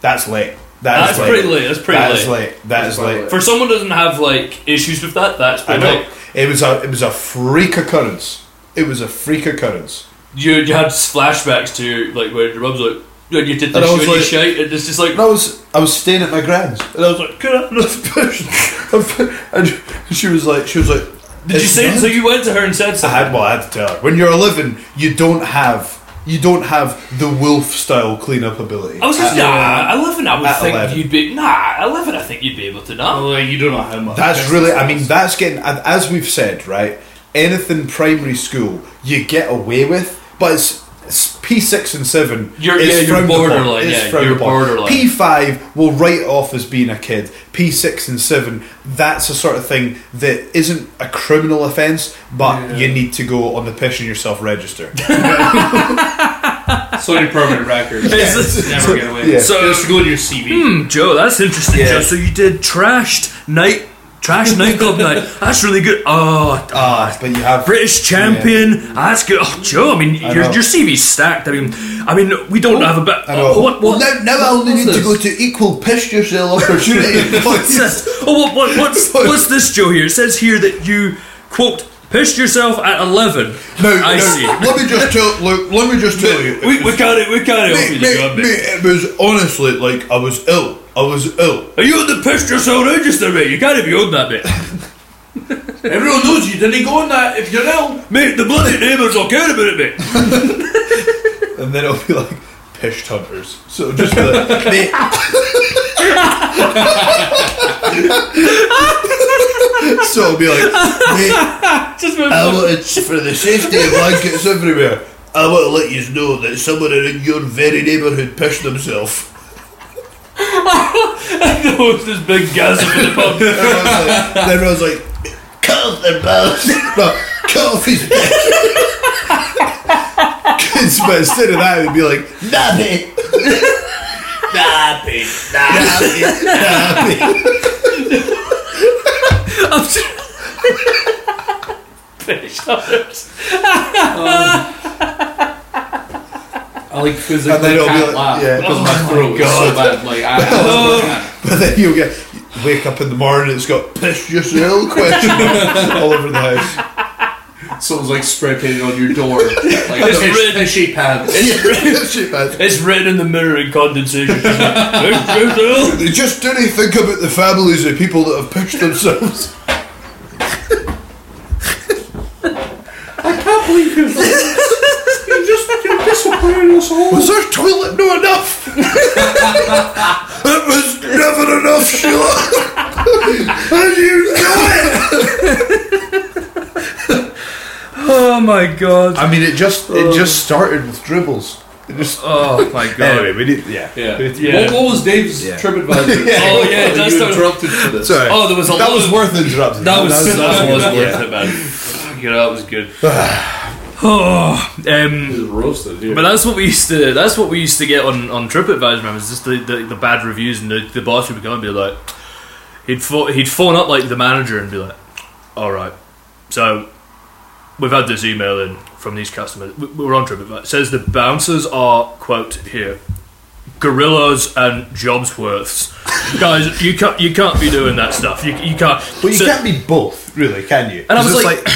That's late. That is That's pretty late, that's pretty That is late. late. That That's is quite late. late. For someone who doesn't have like issues with that, that's I pretty know. like It was a it was a freak occurrence. It was a freak occurrence. you you had flashbacks to like where your mum's like you you did And the I show was and you like- shite and it's just like And I was I was staying at my grand's, [laughs] and I was like, "Can I have another push?" And she was like, "She was like, did you "It's say not." so you went to her and said I something had well, I had to tell her. When you're 11, you don't have you don't have the wolf style cleanup ability. I was just nah I live and I would at think 11. you'd be nah I live and I think you'd be able to [laughs] Oh, nah like, you don't know how much. That's really, I mean, that's getting, and as we've said, right? Anything primary school, you get away with, but it's, it's P6 and 7. You're- is yeah, you're frowned upon. borderline, It's yeah, frowned you're upon. borderline. P5 will write it off as being a kid. P6 and 7, that's the sort of thing that isn't a criminal offence, but you need to go on the pissing yourself register. [laughs] so your permanent [laughs] record. It's just- Never get away. Yeah. So it has to go in your CV. Hmm, Joe that's interesting Joe so you did trashed night trash [laughs] nightclub night that's really good oh Ah, but you have. British champion. That's good. Oh, Joe, I mean, your, know. your CV's stacked. I mean, I mean, we don't have a bit. I know. Oh, what? Well, What? [laughs] now, now I only what's need to this? go to equal piss yourself [laughs] opportunity. What's this? Oh, what, what, [laughs] what's what's this, Joe? Here it says here that you quote pissed yourself at eleven. No, I no, see. [laughs] Let me just tell. Look, let me just tell you. it We, we can't we can't help was- you, me- Joe. me- mate. me, it was honestly like I was ill. I was ill. Are you on the pissed yourself register, mate? You gotta be on that, [laughs] mate. Everyone knows you didn't go on that if you're ill. mate, the bloody neighbours will care about it, mate. And then it'll be like pish hunters. So just be like, [laughs] mate. so it'll be like, mate. Just move I on. wanted for the safety of blankets everywhere. I want to let you know that someone in your very neighbourhood pissed themselves. [laughs] Oh, It's this big gas up in the [laughs] pub. And everyone's like, cut off their [laughs] balls. No, cut off his dick. Kids, but instead of that, it'd be like, nah, mate. nah, mate. Nah, mate. Nah, mate. I'm tr- British others. I like And then physically it'll be can't like- laugh. yeah, 'cause oh my my throat throat is is so so bad. Like I, I [laughs] can't. But then you'll get wake up in the morning. It's got piss yourself question mark all over the house. So it was like spray painted on your [laughs] door. Like It's fish- written- fishy pants. It's written, Shit, man. [laughs] it's written in the mirror in [laughs] condensation. They just didn't think about the families of people that have pushed themselves. can't believe you. you just you're disappointing us all. Was our toilet not enough? [laughs] it was never enough, Sheila. [laughs] and you know it. oh my god. I mean, it just it just started with dribbles. It just Oh my god. anyway, we need yeah. Yeah. Yeah. What, what was Dave's [laughs] Yeah. TripAdvisor? Oh, yeah, that's you the- interrupted for this. Sorry. Oh, there was a that lot was of- worth interrupting. That was, that was, yeah. worth it, man. Fuck, yeah, that was [sighs] good. oh, um, He's roasted here. But that's what we used to. That's what we used to get on on TripAdvisor. Remember, is just the, the, the bad reviews, and the, the boss would be coming and be like, he'd pho- he'd phone up like the manager and be like, "All right, so we've had this email in from these customers. We- We're on TripAdvisor. It says the bouncers are quote here." Gorillas and Jobsworths, [laughs] guys, you can't you can't be doing that stuff. You, you can't. But you So- can't be both, really, can you? and I 'Cause was it's like,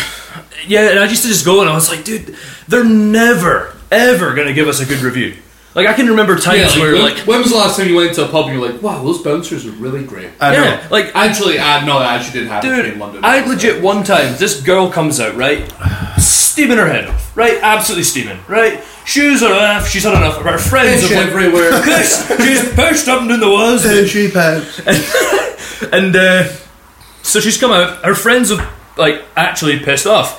[clears throat] yeah, and I used to just go and I was like, dude, they're never, ever going to give us a good review. Like, I can remember times Yeah, like, where, when, like, when was the last time you went to a pub and you're like, wow, those bouncers are really great? I know. yeah, like, Actually, uh, no, that actually did happen to me dude, in London. I legit one time, this girl comes out, right? Steaming her head off, right? Absolutely steaming, right? Shoes are enough, she's had enough. Her friends Fish are like, [laughs] everywhere. "Piss, she's pushed up in the walls. Fishy pants. And uh, so she's come out. Her friends have like actually pissed off.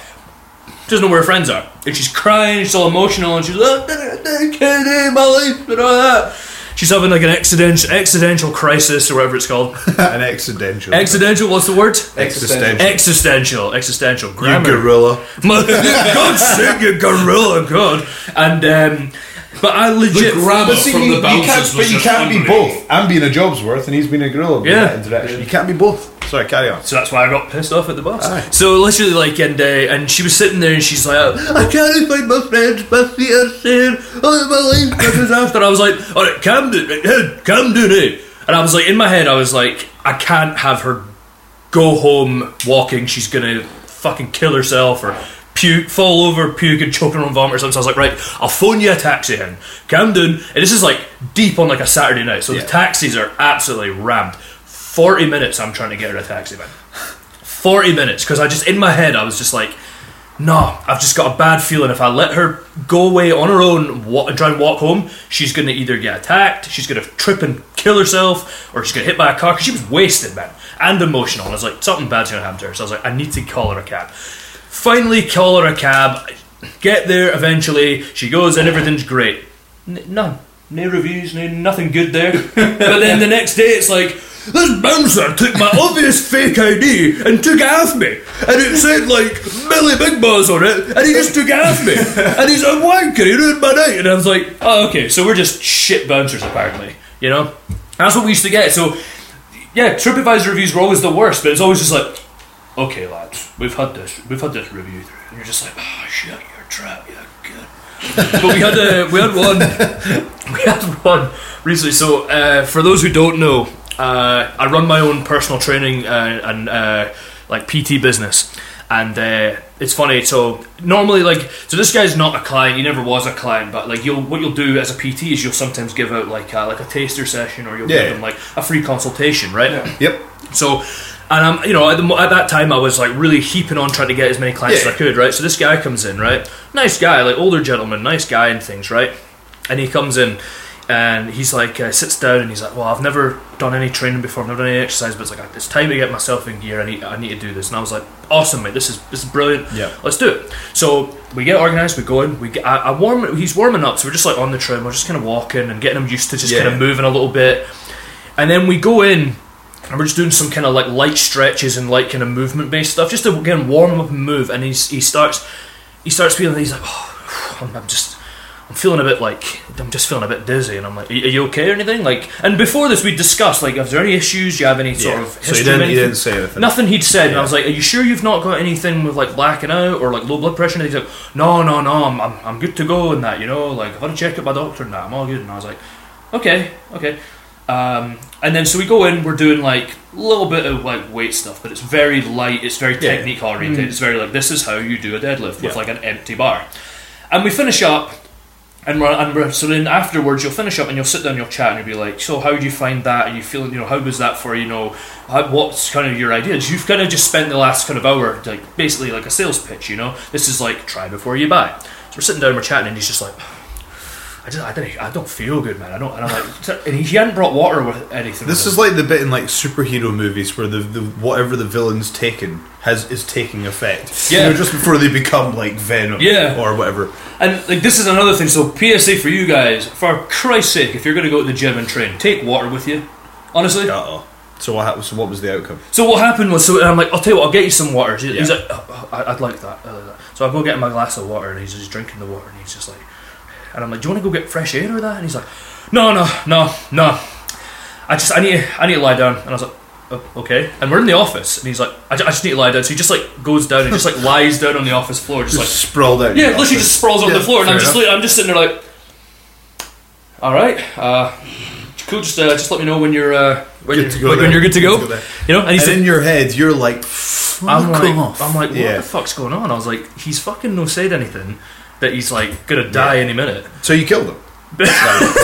She doesn't know where her friends are, and she's crying. She's all emotional, and she's like, "Oh, "I can't do my life," and all that. She's having like an existential existential crisis or whatever [laughs] it's called. [laughs] An accidental. Accidental. What's the word? Existential. Existential. Existential. You Grammar. gorilla. [laughs] My- God save you, gorilla. God. And um, but I legit. grammar but see, from you- the you bouncer. can't- But you can't be both. I'm being a Jobsworth and he's being a gorilla. with Yeah. that interaction. You can't be both. Sorry, carry on. So that's why I got pissed off at the boss. Aye. So literally, like, and uh, and she was sitting there, and she's like, "I can't find my friends, my feet are sand, oh my life's a disaster." I was like, "All right, Camden, eh, Camden, eh?" And I was like, in my head, I was like, "I can't have her go home walking. She's gonna fucking kill herself or puke, fall over, puke, and choke her own vomit or something." So I was like, "Right, I'll phone you a taxi, hen. Camden." And this is like deep on like a Saturday night, so Yeah. the taxis are absolutely rammed. Forty minutes, I'm trying to get her a taxi, man. 40 minutes because I just in my head I was just like no I've just got a bad feeling if I let her go away on her own wa- and try and walk home she's going to either get attacked she's going to trip and kill herself or she's going to hit by a car because she was wasted man and emotional and I was like something bad's going to happen to her so I was like I need to call her a cab finally call her a cab get there eventually she goes and everything's great N- none no reviews no nothing good there [laughs] but then the next day it's like this bouncer took my obvious fake ID and took it off me. And it said like Millie Big Buzz on it, and he just took it off me. And he's a wanker, he ruined my night. And I was like, oh, okay, so we're just shit bouncers apparently, you know? That's what we used to get. So, yeah, TripAdvisor reviews were always the worst, but it's always just like, okay, lads, we've had this, we've had this review through. And you're just like, oh, shit, you're trapped, you're good [laughs] but we had uh, we had one [laughs] we had one recently. So uh, for those who don't know, uh, I run my own personal training uh, and uh, like PT business, and uh, it's funny. So normally, like, so this guy's not a client. He never was a client, but like, you'll what you'll do as a PT is you'll sometimes give out like a, like a taster session, or you'll Yeah. give them like a free consultation, right? Yep. So, and I'm, you know, at, the, mo- at that time I was like really heaping on trying to get as many clients Yeah. as I could, right? So this guy comes in, right? Nice guy, like older gentleman, nice guy and things, right? And he comes in and he's like, uh, sits down and he's like, well, I've never done any training before, I've never done any exercise, but it's like, it's time to get myself in gear. I need, I need to do this. And I was like, awesome, mate, this is, this is brilliant. Yeah. Let's do it. So we get organized, we go in, we get, I, I warm, he's warming up, so we're just like on the trim, we're just kind of walking and getting him used to just Yeah. kind of moving a little bit. And then we go in and we're just doing some kind of like light stretches and like kind of movement based stuff, just to again warm him up and move. And he's, he starts, he starts feeling he's like, oh, I'm, I'm just, I'm feeling a bit like I'm just feeling a bit dizzy, and I'm like, "Are you okay or anything?" Like, and before this, we discussed like, "Is there any issues? Do you have any sort Yeah. of So history?" he of didn't, he anything?" didn't say anything. Nothing he'd said, and I Yeah. was like, "Are you sure you've not got anything with like blacking out or like low blood pressure?" And he's like, "No, no, no, I'm, I'm, I'm good to go and that, you know, like I've had a check at my doctor and that, I'm all good." And I was like, "Okay, okay." Um, and then so we go in, we're doing like a little bit of like weight stuff, but it's very light, it's very Yeah. Mm. technique oriented, it's very like this is how you do a deadlift with Yeah. like an empty bar, and we finish up. And we're, and we're, so then afterwards, you'll finish up and you'll sit down, and you'll chat, and you'll be like, "So, how do you find that? Are you feeling? You know, how was that for you? know, how, what's kind of your ideas? You've kind of just spent the last kind of hour, like basically like a sales pitch. You know, this is like try before you buy. So we're sitting down, we're chatting, and he's just like, "I just, I don't, I don't feel good, man. I don't." And I'm like, and he, he hadn't brought water with anything. This is with him. like the bit in like superhero movies where the, the whatever the villain's taken has is taking effect. Yeah. You know, just before they become like Venom Yeah. or whatever. and like this is another thing. So PSA for you guys, for Christ's sake, if you're going to go to the gym and train, take water with you. Honestly, Uh-oh. So what hap- so what was the outcome? So what happened was, so and I'm like, I'll tell you what, I'll get you some water. He's Yeah. like, "Oh, oh, I- I'd like that. I'd like that. So I go get him a glass of water, and he's just drinking the water, and he's just like, and I'm like, do you want to go get fresh air or that? And he's like, no, no, no, no. I just, I need, I need to lie down. And I was like, "Oh, okay. And we're in the office, and he's like, I, ju- I just need to lie down. So he just like goes down and just like lies down on the office floor, just Just like sprawled out. in yeah, the literally office. just sprawls on Yeah, the floor, and I'm fair just, enough. li- I'm just sitting there like, all right, uh, cool. Just, uh, just let me know when you're, uh, when, Good to you're, go when, then. you're good to go. Good to go then. you know, and he's And like, in your head, you're like, I'm fuck like, off. I'm like, what Yeah. the fuck's going on? I was like, he's fucking no said anything that he's like gonna die any minute. so you killed him. [laughs] So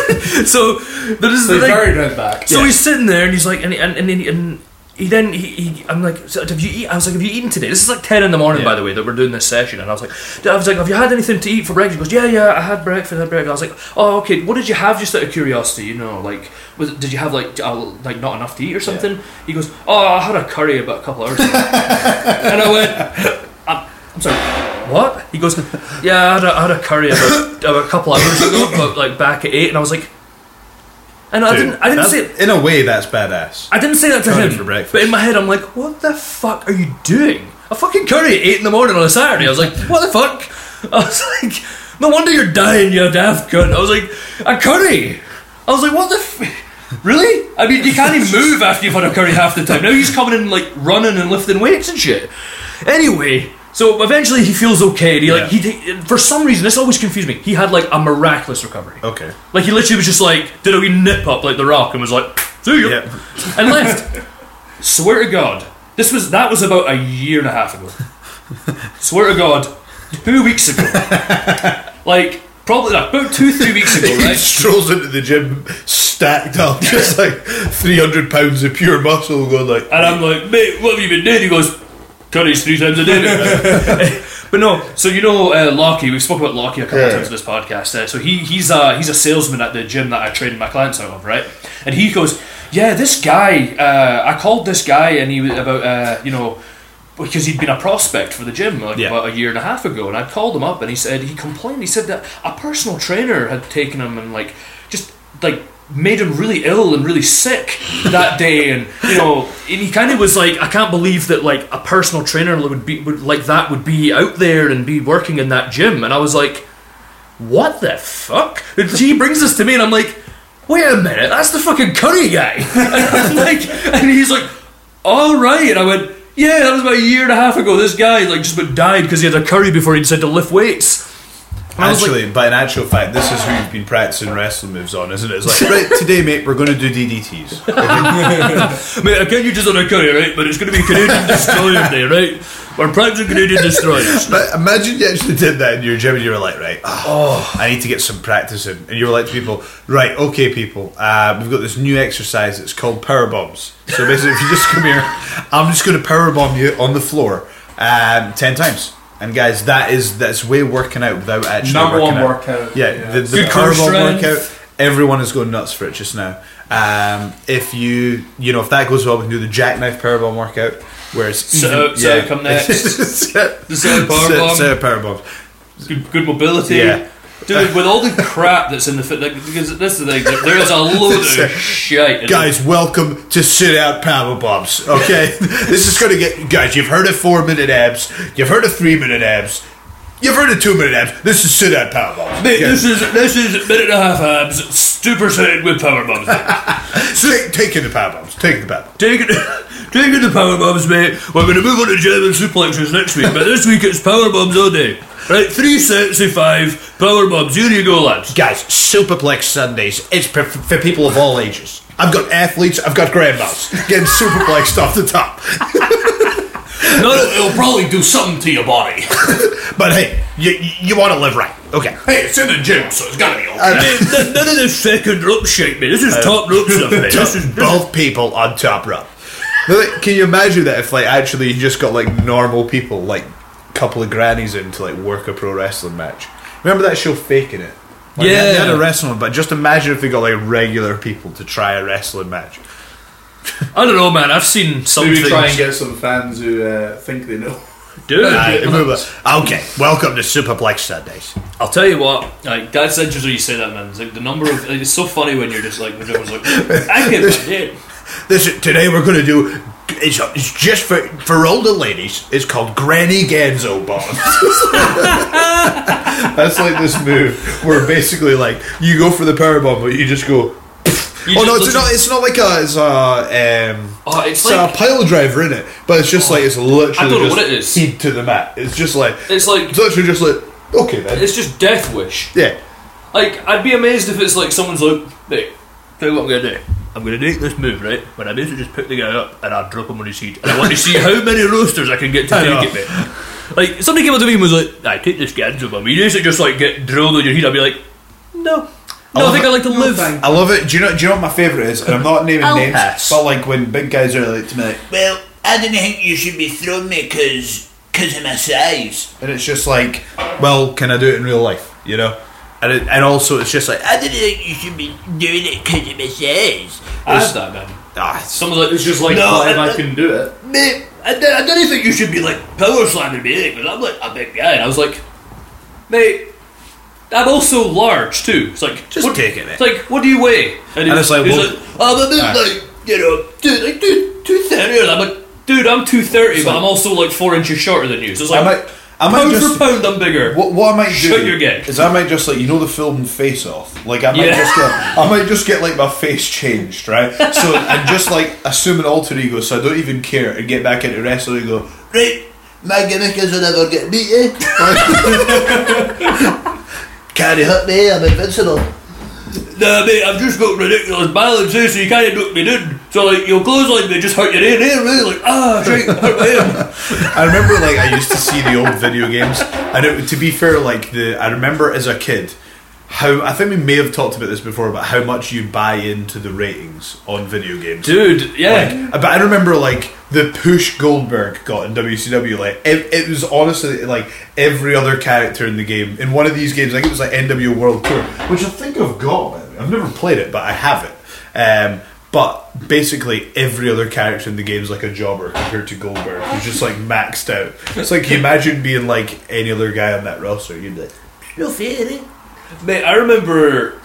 that is So the he thing. buried him back. So he's sitting there and he's like, and and and. and he then he, he I'm like so have you eat? I was like have you eaten today? This is like ten in the morning by the way that we're doing this session and I was like I was like have you had anything to eat for breakfast? He goes yeah yeah I had breakfast I had breakfast. I was like oh okay what did you have just out of curiosity you know like was did you have like uh, like not enough to eat or something? He goes oh I had a curry about a couple hours ago and I went I'm sorry. What? He goes, yeah, I had a, I had a curry about, about a couple hours ago, but like back at eight, and I was like, and I didn't, I didn't That's- say, In a way, that's badass. I didn't say that to Curry him. for breakfast. But in my head, I'm like, what the fuck are you doing? A fucking curry at eight in the morning on a Saturday. I was like, what the fuck? I was [laughs] like, no wonder you're dying, you daft cunt. I was like, a curry. I was like, what the. F- really? I mean, you can't [laughs] even move after you've had a curry half the time. Now he's coming in like running and lifting weights and shit. Anyway. So eventually he feels okay. And he like Yeah. he for some reason this always confused me. He had like a miraculous recovery. Okay. Like he literally was just like did a wee nip up like the rock and was like, see you Yeah. [laughs] and left. Swear to God, this was that was about a year and a half ago. Swear to God, two weeks ago, like probably no, about two three weeks ago, He right? strolls into the gym stacked up, [laughs] just like 300 pounds of pure muscle, going like, And I'm like, mate, what have you been doing? He goes, curries three times a day. [laughs] but no, so you know, uh, Lockie, we've spoken about Lockie a couple of Yeah. times in this podcast. Uh, so he he's a, he's a salesman at the gym that I train my clients out of, right? And he goes, yeah, this guy, uh, I called this guy and he was about, uh, you know, because he'd been a prospect for the gym like Yeah. about a year and a half ago, and I called him up and he said he complained. He said that a personal trainer had taken him and like just like made him really ill and really sick that day, and you know, and he kind of was like, I can't believe that like a personal trainer would be would, like that would be out there and be working in that gym, and I was like, what the fuck? And he brings this to me, and I'm like, wait a minute, that's the fucking curry guy. [laughs] And I'm like, and he's like, all right. And I went, yeah, that was about a year and a half ago. This guy like just about died because he had a curry before he decided to lift weights. And I was like, Actually, but in actual fact, this is who you've been practicing wrestling moves on, isn't it? It's [laughs] like, right, today, mate, we're going to do DDTs. mate, I can't you just on a curry, right? But it's going to be Canadian [laughs] Destroyer Day, right? We're practicing Canadian Destroyers. But imagine you actually did that in your gym and you were like, right, oh, I need to get some practice in. And you were like to people, right, okay, people, uh, we've got this new exercise. It's called power bombs. So basically, if you just come here, I'm just going to power bomb you on the floor um, ten times. And guys, that is that's way working out without actually Number working one out. workout. Yeah, Yeah. the, the Good core power bomb strength. workout. Everyone is going nuts for it just now. Um, if you you know if that goes well, we can do the jackknife power bomb workout. Where it's Sit even- out, sit [laughs] out, come next. Sit- The sit out power sit- bomb. sit out power bomb. [laughs] Good, good mobility. Yeah. Dude, with all the crap that's in the fit, like, because that's the thing, there- there is a load of shite. in it. Guys, welcome to sit out power bombs. [laughs] Okay, this is going to get guys. You've heard of four minute abs. You've heard of three minute abs. You've heard of two minute abs. This is sit at power bombs. This is this is minute and a half abs, super saiyan with power [laughs] bombs. Take, take in the power bombs. Take the power bombs. Taking taking the power bombs, mate. We're going to move on to German suplexes next week, but this week it's power bombs all day. Right, three sets of five power bombs. Here you go, lads. Guys, Superplex Sundays. It's for, for people of all ages. I've got athletes. I've got grandmas [laughs] getting superplexed off the top. No, no, it'll probably do something to your body. But hey, you, you want to live right. Okay. [laughs] Hey, it's in the gym, so it's gotta be I know. okay. None of this second rope shit, mate. This Uh, is top [laughs] rope stuff, mate. This is both people on top rope. Like, Can you imagine that if like actually you just got like normal people, like couple of grannies in to like work a pro wrestling match? Remember that show faking it? Like, they- they had Yeah. a wrestling, one, but just imagine if they got like regular people to try a wrestling match. I don't know, man. I've seen some Maybe things. try and get some fans who uh, think they know. [laughs] Dude, Aye, move on. okay, welcome to Superplex Sundays. I'll tell you what. Like, that's interesting you say that, man. It's like the number of like, it's so funny when you're just like when everyone's like, I get it, yeah. This is- today we're going to do. It's, it's just for for older ladies. It's called Granny Ganzo [laughs] Bombs. That's like this move where basically like you go for the power bomb, but you just go. You oh just no, it's listen- not. It's not like a. It's a. Um, Oh, it's it's like Oh. a pile driver in it, but it's just like it's literally I don't know just what it is. heat to the mat. It's just like It's like- it's literally just like okay then it's just death wish. yeah. Like, I'd be amazed if it's like someone's like, hey, tell you what I'm gonna do. I'm gonna make this move, right? When I basically just pick the guy up and I drop him on his head, and I want to see how many roasters I can get to I know. take it, mate. Like, somebody came up to me and was like, I take this Ganzo bomb. You usually just like get drilled on your head. I'd be like, no, Oh, no, I, love think it. I like to live. I love it. Do you know? Do you know what my favorite is? And I'm not naming I'll names, pass. but like when big guys are like to me, like, Well, I don't think you should be throwing me because of my size. and it's just like, well, can I do it in real life? You know, and it, and also it's just like, I don't think you should be doing it because of my size. I had that, man. ah, it's- Someone's like, it's just like, No, If I- I can do it, mate, I, don't- I don't think you should be like power slamming me, but I'm like a big guy, and I was like, mate, I'm also large too. It's like Just what- take it, mate. It's like what do you weigh? And it's like, he's well- I'm a bit like you know, dude, like dude, two thirty, and I'm like. Dude, I'm 230, but I'm also like four inches shorter than you. So it's like, I might, I might pound just. for pound, I'm bigger. What, what I might do Shut your gig. is I might just like you know the film Face Off. Like I might Yeah. just get I [laughs] might just get like my face changed, right? So and just like assume an alter ego, so I don't even care, and get back into wrestling. and Go right, my gimmick is I never get beaten. [laughs] Can't hurt me. I'm invincible. Nah, mate, I've just got ridiculous balance here, so you can't knock me down. So, like, your clothesline may just hurt your ear, ear, really. Like, ah, shit, hurt my ear. [laughs] I remember like I used to see the old video games, and it, to be fair, like the I remember as a kid how I think we may have talked about this before, but how much you buy into the ratings on video games, Dude, yeah. Like, [laughs] but I remember like the push Goldberg got in WCW. Like it, it was honestly like every other character in the game in one of these games. Like it was like NWO World Tour, which I think I've got. By the way. I've never played it, but I have it. Um, but basically, every other character in the game is like a jobber compared to Goldberg, who's just like maxed out. It's like you imagine being like any other guy on that roster. You'd be like, No fair, eh? Mate, I remember.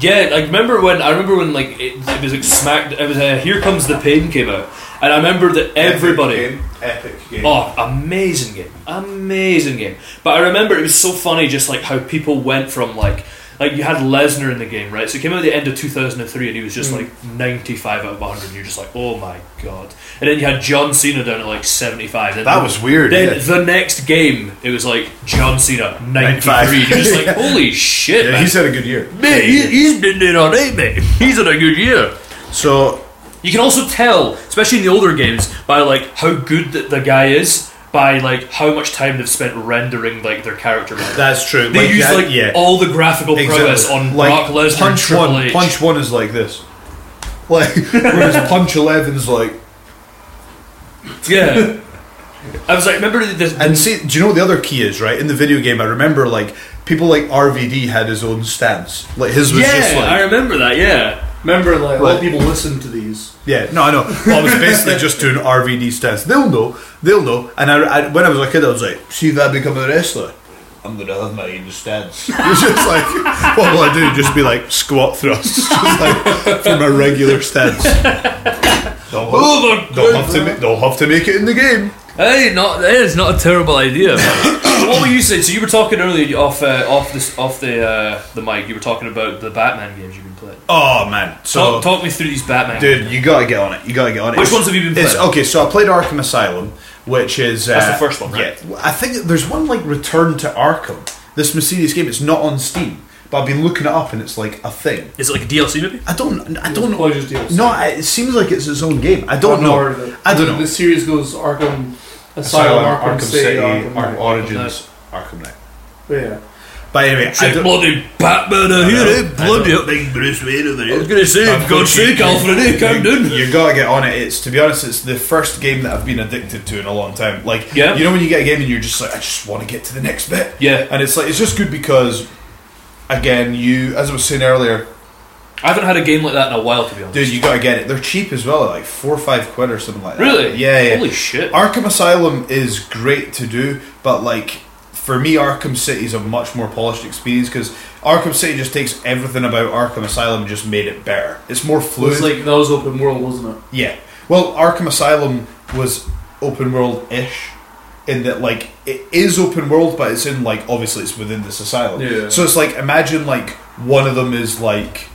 Yeah, like remember when I remember when like it, it was like smacked. It was uh, here comes the pain came out, and I remember that epic everybody. game, epic game. Oh, amazing game, amazing game. But I remember it was so funny, just like how people went from like like you had Lesnar in the game, right? So it came out at the end of two thousand and three, and he was Hmm. just like ninety five out of one hundred. You're just like, oh my god. And then you had John Cena down at like seventy five. That was weird, Then yeah. the next game, it was like John Cena ninety 95. three. You're just [laughs] like, holy shit, yeah, man. he's had a good year. Mate, he, he's been in on eight, mate. He's had a good year. So You can also tell, especially in the older games, by like how good that the guy is, by like how much time they've spent rendering like their character. that's true. They use yeah, like yeah. all the graphical prowess on Brock Lesnar, Punch Triple one, H. punch one is like this. Like [laughs] whereas punch eleven's like. [laughs] Yeah, I was like, remember this? And see, do you know what the other key is? Right in the video game, I remember like people like RVD had his own stance. Like his was yeah, just like. I remember that. Yeah, remember, like a Right. lot of people listen to these. Yeah, no, I know. Well, I was basically just doing RVD stance. They'll know, they'll know. And I, I, when I was a kid, I was like, see if I become a wrestler, I'm gonna have my own stance. [laughs] It's just like, what will I do? Just be like squat thrusts, [laughs] just like for my regular stance. Don't Oh my have, don't have to, ma- don't have to make it in the game. Hey, not that is not a terrible [coughs] idea. man. so what were you saying? So you were talking earlier off uh, off this off the uh, the mic. You were talking about the Batman games you've been playing. Oh man, so talk, talk me through these Batman. games. dude, you gotta get on it. You gotta get on it. Which ones have you been It's- playing? okay, so I played Arkham Asylum, which is uh, That's the first one, right? Yeah, I think there's one like Return to Arkham. This mysterious game. It's not on Steam, but I've been looking it up and it's like a thing. Is it like a DLC maybe? I don't. I don't probably just DLC. No, I- it seems like it's its own game. I don't I've know. never heard of it. I don't The- know. The series goes Arkham Asylum, Asylum, Arkham, City, Arkham, Arkham Knight. Origins, Arkham Knight. Yeah. But anyway, I Check don't- bloody Batman out here, eh? Bloody. I Big Bruce Wayne over was gonna say, for God's sake, Alfred, eh? Calm down. You gotta get on it. It's to be honest, it's the first game that I've been addicted to in a long time. Like, Yeah. you know, when you get a game and you're just like, I just want to get to the next bit. Yeah. and it's like it's just good because, again, you as I was saying earlier, I haven't had a game like that in a while, to be honest. dude, you gotta get it. They're cheap as well, like four or five quid or something like that. really? Yeah, yeah. Holy shit! Arkham Asylum is great to do, but like for me, Arkham City is a much more polished experience because Arkham City just takes everything about Arkham Asylum and just made it better. It's more It fluid. was like that was open world, wasn't it? yeah. Well, Arkham Asylum was open world ish. In that, like, it is open world, but it's in like obviously it's within this asylum. Yeah. So it's like imagine like one of them is like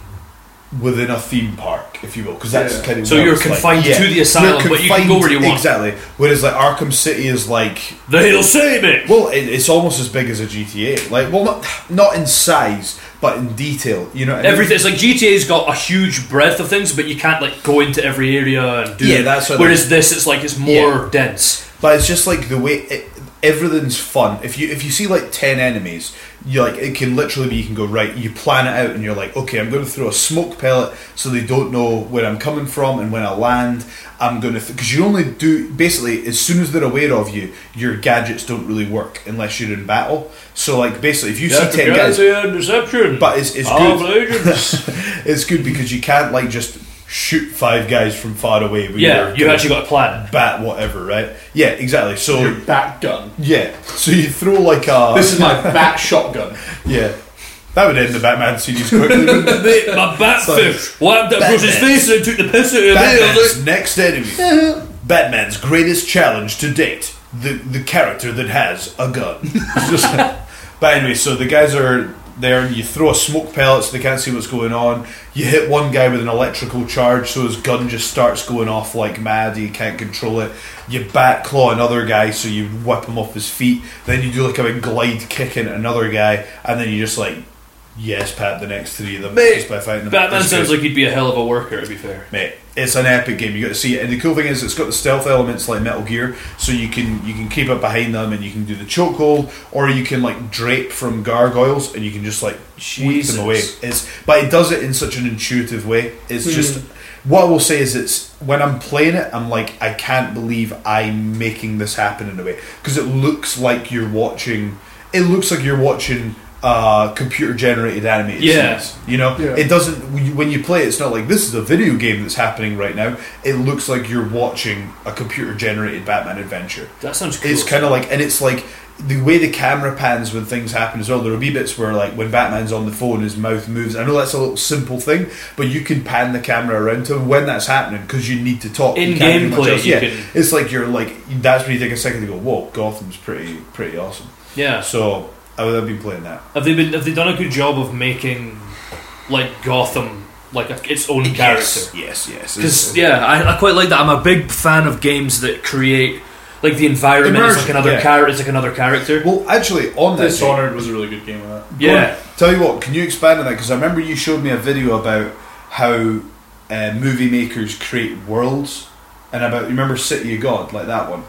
within a theme park, if you will, because that's Yeah. kind of So what you're it's like. confined to the asylum, You're but you can go confined- where you want. Exactly. Whereas like Arkham City is like They'll save it. well, it, it's almost as big as a GTA. Like, well, not not in size, but in detail. You know, what I mean? Everything it's like GTA's got a huge breadth of things, but you can't like go into every area and do. Yeah, that's what Whereas this, it's like it's more Yeah. dense. But it's just like the way it, everything's fun. If you if you see like ten enemies, you like it can literally be you can go right. You plan it out and you're like, okay, I'm going to throw a smoke pellet so they don't know where I'm coming from and when I land. I'm going to because you only do basically as soon as they're aware of you, your gadgets don't really work unless you're in battle. So like basically, if you see ten guys, deception. But it's- it's Armed good. agents. [laughs] it's good because you can't like just shoot five guys from far away. When yeah, you're you've gonna actually got a plan. bat whatever, right? Yeah, exactly. So Bat gun. yeah, so you throw like a This is my [laughs] bat shotgun. yeah. That would end the Batman series quickly. wouldn't it? Mate, my [laughs] batfish wiped up Bruce's Batman. face and took the piss out of me. I was Batman's next [laughs] enemy. Batman's greatest challenge to date: the the character that has a gun. It's [laughs] just- but anyway, so the guys are there, and you throw a smoke pellet so they can't see what's going on. You hit one guy with an electrical charge, so his gun just starts going off like mad. He can't control it. You back claw another guy, so you whip him off his feet. Then you do like a big glide kick in another guy, and then you just like. Yes, pat the next three of them Mate, just by fighting them. like, Batman It's sounds good like he'd be a hell of a worker. To be fair, mate. It's an epic game. You got to see it, and the cool thing is, it's got the stealth elements like Metal Gear, so you can you can keep up behind them, and you can do the chokehold, or you can like drape from gargoyles, and you can just like sweep Jesus. them away. It's but it does it in such an intuitive way. It's just what I will say is, it's when I'm playing it, I'm like, I can't believe I'm making this happen in a way because it looks like you're watching. It looks like you're watching. Uh, computer generated animated Yeah. scenes. You know, Yeah. it doesn't. when you- When you play, it, it's not like this is a video game that's happening right now. It looks like you're watching a computer-generated Batman adventure. that sounds cool. It's kind of like, and it's like the way the camera pans when things happen as well. There will be bits where, like, when Batman's on the phone, his mouth moves. I know that's a little simple thing, but you can pan the camera around to him when that's happening because you need to talk. You In can't do much gameplay, else. you yeah, can- it's like you're like that's when you take a second to go, "Whoa, Gotham's pretty, pretty awesome." yeah. So I would have been playing that. Have they been? Have they done a good job of making like Gotham like a, its own character? Yes, yes, yes. Because yeah, I, I quite like that. I'm a big fan of games that create like the environment is like Immersion, another yeah. character. It's like another character. Well, actually, on that, Jake, Dishonored was a really good game of that. yeah, Tell you what, can you expand on that? Because I remember you showed me a video about how uh, movie makers create worlds, and about you remember City of God, like that one.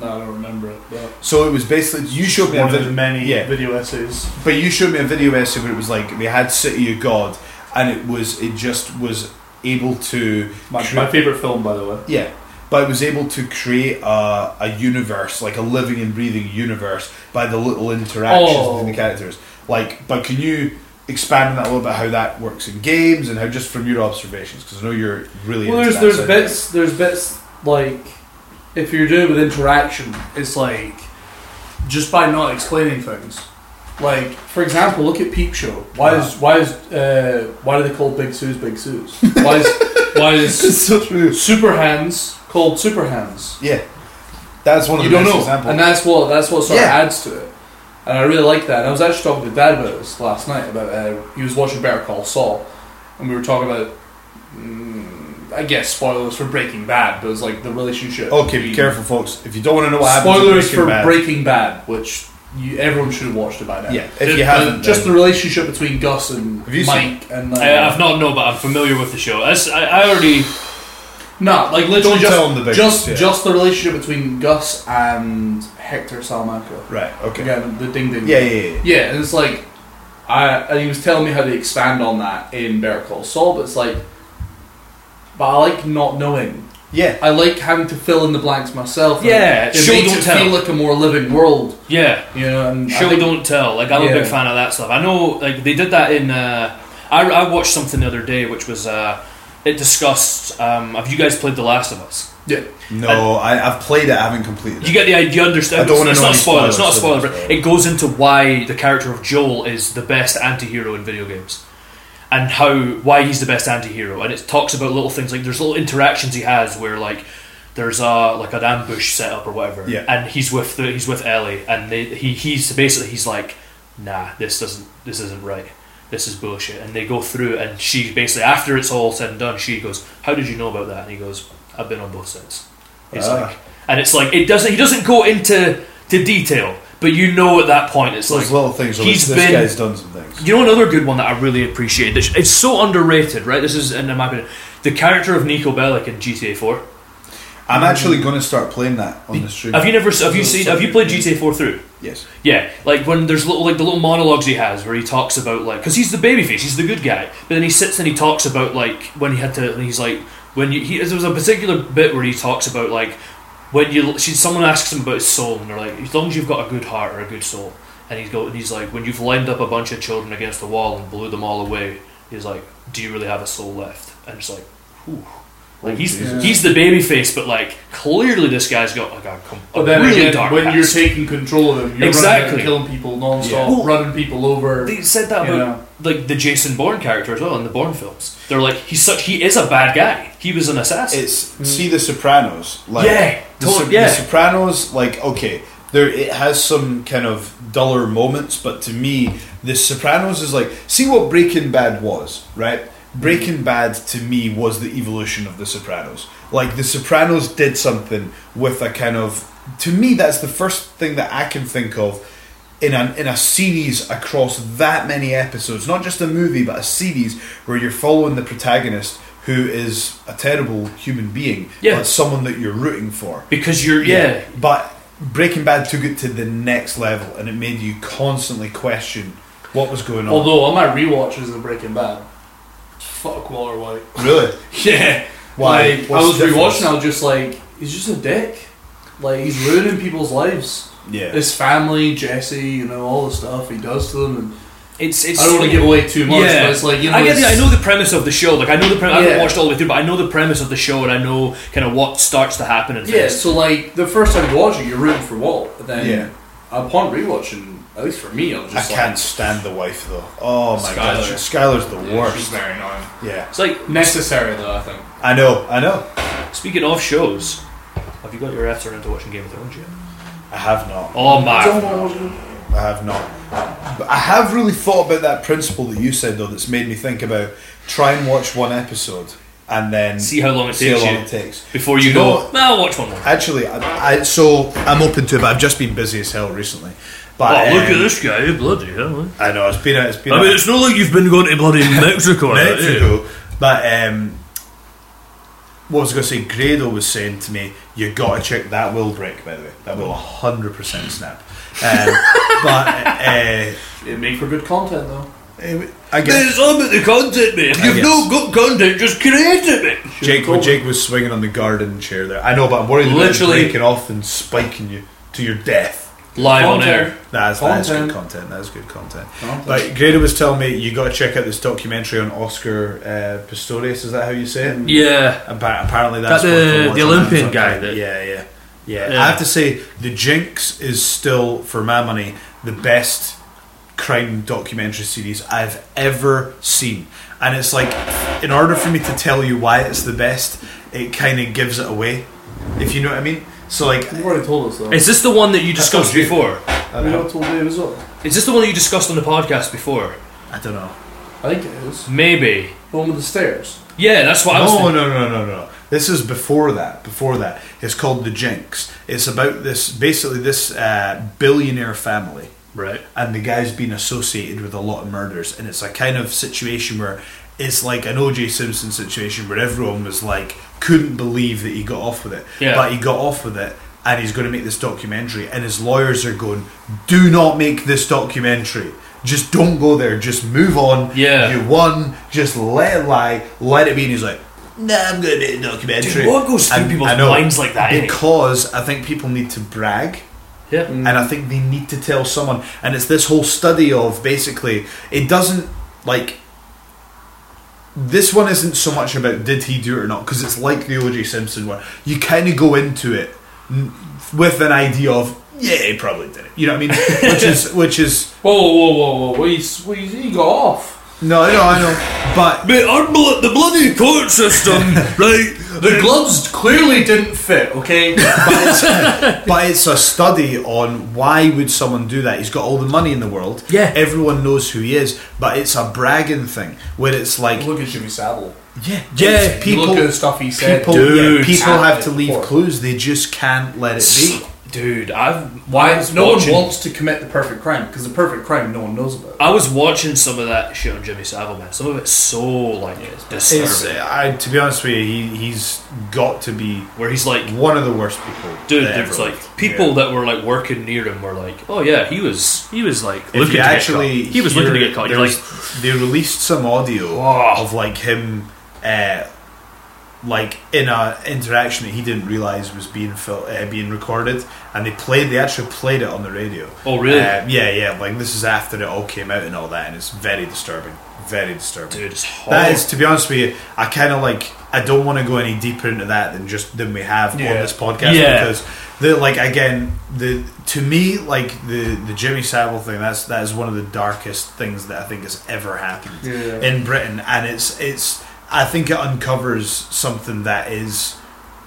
No, I don't remember it. But So it was basically you showed me a one of video, the many yeah. video essays. but you showed me a video essay where it was like they had City of God, and it was it just was able to My, cre- my favorite film, by the way. Yeah, but it was able to create a, a universe, like a living and breathing universe, by the little interactions Oh. between the characters. Like, but can you expand on that a little bit? How that works in games, and how just from your observations, because I know you're really. Well, into that there's there's side of bits there's bits like if you're doing it with interaction, it's like just by not explaining things. Like for example, look at Peep Show. Why is why is uh, why do they call Big Sue's Big Sue's? Why is why [laughs] it. It's is so true. Super Hands called Super Hands. Yeah, that's one of You the don't best know, examples. and that's what that's what sort Yeah. of adds to it. And I really like that. And I was actually talking to Dad about this last night. About uh, he was watching Better Call Saul, and we were talking about, mm, I guess, spoilers for Breaking Bad, but it was like the relationship. okay, be between- careful, folks. If you don't want to know what happens, Spoilers in for Breaking Bad- Breaking Bad, which you, everyone should have watched it by now. Yeah, if you The- haven't, just then- the relationship between Gus and Have you seen Mike and uh, I, I've not no, but I'm familiar with the show. That's- I, I already No, like literally Don't just tell 'em the big- just yeah. just the relationship between Gus and Hector Salamanca. right. Okay. Yeah, Again, the ding ding. yeah, yeah. yeah. Yeah, and it's like, I and he was telling me how they expand on that in Better Call Saul, but it's like, but I like not knowing. Yeah. I like having to fill in the blanks myself. and Yeah, it show, makes don't it tell. feel like a more living world. yeah. You know, and I Show think- don't tell. Like I'm a Yeah. big fan of that stuff. I know like they did that in. Uh, I I watched something the other day which was uh, it discussed. Um, have you guys played The Last of Us? Yeah, No, I, I've played it. I haven't completed it. You get the idea. You understand. I don't wanna it's know not any a spoiler. It's not a spoilers, spoiler, so but don't it goes into why the character of Joel is the best anti-hero in video games, and how why he's the best anti-hero. And it talks about little things like there's little interactions he has where like there's a like an ambush set up or whatever, Yeah. and he's with the, he's with Ellie, and they, he he's basically he's like, nah, this doesn't this isn't right. This is bullshit. And they go through, and she basically after it's all said and done, she goes, "How did you know about that?" And he goes, "I've been on both sides." It's Ah. like, and it's like it doesn't. He doesn't go into to detail, but you know at that point it's Those like little things. Like, he's this been- guy's done some things. you know another good one that I really appreciate. That it's so underrated, right? This is in my opinion the character of Nico Bellic in GTA Four. I'm actually going to start playing that on the stream. Have you never? Have you seen? Have you played GTA Four through? Yes. Yeah, like when there's little like the little monologues he has where he talks about like because he's the babyface, he's the good guy, but then he sits and he talks about like when he had to, and he's like when you, he there was a particular bit where he talks about like when you she, someone asks him about his soul and they're like as long as you've got a good heart or a good soul, and he's go and he's like when you've lined up a bunch of children against the wall and blew them all away, he's like do you really have a soul left? And it's like. Whew. Like he's he's the baby face, but like clearly this guy's got like a, com- a but then really again, dark when past. you're taking control of them, you're Exactly. running around killing people non-stop, Yeah. Well, running people over. They said that You about know. like the Jason Bourne character as well in the Bourne films. They're like he's such he is a bad guy. He was an assassin. It's see the Sopranos. Like, Yeah, the, Sop- tot- yeah. the Sopranos. Like okay, there it has some kind of duller moments, but to me, the Sopranos is like see what Breaking Bad was, right? Breaking Bad to me was the evolution of the Sopranos. Like the Sopranos did something with a kind of to me that's the first thing that I can think of in a, in a series across that many episodes, not just a movie, but a series where you're following the protagonist who is a terrible human being, Yeah. but someone that you're rooting for. because you're yeah. But Breaking Bad took it to the next level and it made you constantly question what was going on. Although on my rewatches of Breaking Bad, fuck Walter White. [laughs] really? Yeah. Why? Like, I What's was the difference? rewatching, I was just like, he's just a dick. Like, he's ruining people's lives. Yeah. His family, Jesse, you know, all the stuff he does to them. And It's it's I don't want to give away too much, but it's like, you know. I get the, I it's- know the premise of the show. Like I know the premise. I Yeah. haven't watched all the way through, but I know the premise of the show, and I know kind of what starts to happen. And Yeah, things. so, like, the first time you watch it, you're rooting for Walt. But then, Yeah. upon rewatching, at least for me, I was I just like, can't stand the wife though. Oh my god, Skylar. Skylar's the Yeah, she's worst. very annoying. Yeah, it's like necessary, though, I think. I know, I know. speaking of shows. Have you got your ass around to watching Game of Thrones yet? I have not. Oh my! I have not. But I have really thought about that principle that you said though. That's made me think about try and watch one episode and then See how long it see takes how long you. it takes. Before Do you you go, know- well, I'll watch one more. Actually, I, I so I'm open to it, but I've just been busy as hell recently. But Oh, look at um, this guy! Bloody hell! eh? I know it's been a, it's been I a- mean, it's not like you've been going to [laughs] bloody Mexico. or that, yeah. Mexico. But um, what was I going to say? Grado was saying to me, "You got to check that will break." By the way, that will hundred percent snap. [laughs] Um, but uh, It'd make for good content, though. uh, I But guess It's all about the content, mate. If I you've guess. no good content, just create it, mate. Jake, Coleman. Jake was swinging on the garden chair there. I know, but I'm worried about it Literally. breaking off and spiking you to your death. Live on Content. air. That's that's good Content. content. That's good content. Content. Like Grado was telling me, you got to check out this documentary on Oscar uh, Pistorius. Is that how you say it? Yeah. Appa- apparently that's That, what uh, for the Watch on Olympian Amazon guy Prime. that- yeah, yeah, yeah, Yeah. I have to say, the Jinx is still, for my money, the best crime documentary series I've ever seen. And it's like, in order for me to tell you why it's the best, it kind of gives it away. If you know what I mean. So like, You've already told us though. Is this the one that you discussed you. before? I don't we not know. told Dave as well. Is this the one that you discussed on the podcast before? I don't know. I think it is. Maybe. The one with the stairs. Yeah, that's what I was. Oh, No, thinking. no, no, no, no. This is before that. Before that, it's called the Jinx. It's about this basically this uh, billionaire family. Right. and the guy's been associated with a lot of murders and it's a kind of situation where it's like an OJ Simpson situation where everyone was like couldn't believe that he got off with it Yeah. but he got off with it and he's going to make this documentary and his lawyers are going do not make this documentary just don't go there just move on Yeah. you won just let it lie let it be and he's like nah I'm going to make a documentary Dude, what goes through And people's I know, minds like that, eh? because I think people need to brag Yeah. and I think they need to tell someone. And it's this whole study of basically, it doesn't like. This one isn't so much about did he do it or not because it's like the O.J. Simpson one. You kind of go into it n- with an idea of yeah, he probably did it. You know what I [laughs] mean? which is which is Whoa, whoa, whoa, whoa! He, he, he got off. no, no, I know, but Mate, our blo- the bloody court system, [laughs] right? The gloves clearly didn't fit, okay? but it's a study on why would someone do that. He's got all the money in the world. Yeah. everyone knows who he is, but it's a bragging thing where it's like [laughs] Look at Jimmy Savile. Yeah, yeah. People, Look at the stuff he said. people, Dude. yeah, people have to leave Poor. clues. They just can't let it be. Dude, I've I Why? was No watching- one wants to commit the perfect crime because the perfect crime no one knows about. I was watching some of that shit on Jimmy Savile, man. Some of it's so like disturbing. It's, I, to be honest with you, he, he's got to be where he's like, one of the worst people. dude, that there's ever like lived. people Yeah. that were like working near him were like, oh yeah, he was, he was like If looking you to actually, get caught. He was looking to hear- get caught. there You're like, was- they released some audio Oh. of like him, uh, like in a interaction that he didn't realize was being fil- uh, being recorded, and they played. They actually played it on the radio. Oh, really? Uh, yeah, yeah. Like this is after it all came out and all that, and it's very disturbing. Very disturbing. dude, it's horrible. That is, to be honest with you, I kind of like. I don't want to go any deeper into that than just than we have on Yeah. this podcast Yeah. because the like again the to me like the the Jimmy Savile thing that's that is one of the darkest things that I think has ever happened Yeah. in Britain and it's it's I think it uncovers something that is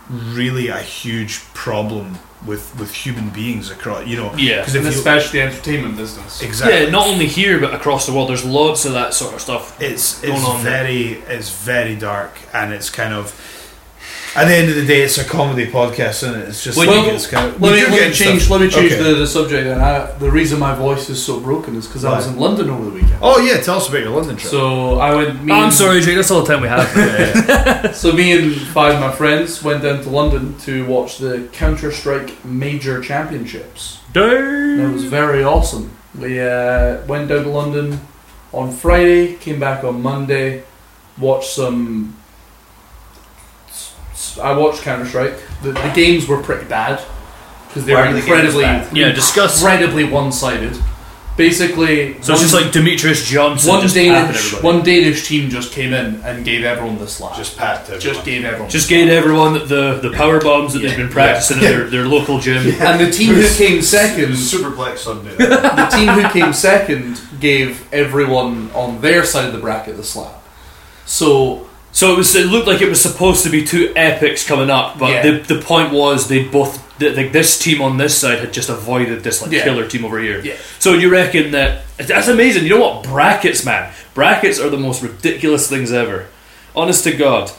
really a huge problem with with human beings across you know Yeah. 'cause And if you- especially entertainment business. exactly Yeah, not only here but across the world. There's loads of that sort of stuff. it's going it's on there. very it's very dark and it's kind of at the end of the day it's a comedy podcast and it's just Well, like well, it's kind of Let we me, do let get me change. stuff. Let me change Okay. the, the subject. And I, the reason my voice is so broken is because I was Right. in London over the weekend. oh yeah tell us about your London trip So I went. Oh, Me I'm and- sorry, Jake. That's all the time [laughs] we have. So me and five of my friends went down to London to watch the Counter Strike Major Championships. And it was dude. very awesome. We uh, went down to London on Friday, came back on Monday, watched some. s- s- I watched Counter Strike. The, the games were pretty bad because they Why were were the games incredibly, bad? Yeah, discuss. incredibly one-sided. Basically, So it's just one- like Demetrius Johnson. one just papping Danish everybody. one Danish team just came in and gave everyone the slap. just pat to [laughs] just gave everyone. Just gave everyone the, the power bombs that they've been practicing at their, their [laughs] local gym. and the team who came second, superplex [laughs] Sunday the team who came second, gave everyone on their side of the bracket the slap. So So it was. It looked like it was supposed to be two epics coming up, but Yeah. the, the point was they both. that like this team on this side had just avoided this like Yeah. killer team over here. Yeah. So you reckon that that's amazing. You know what? Brackets, man. Brackets are the most ridiculous things ever. Honest to God.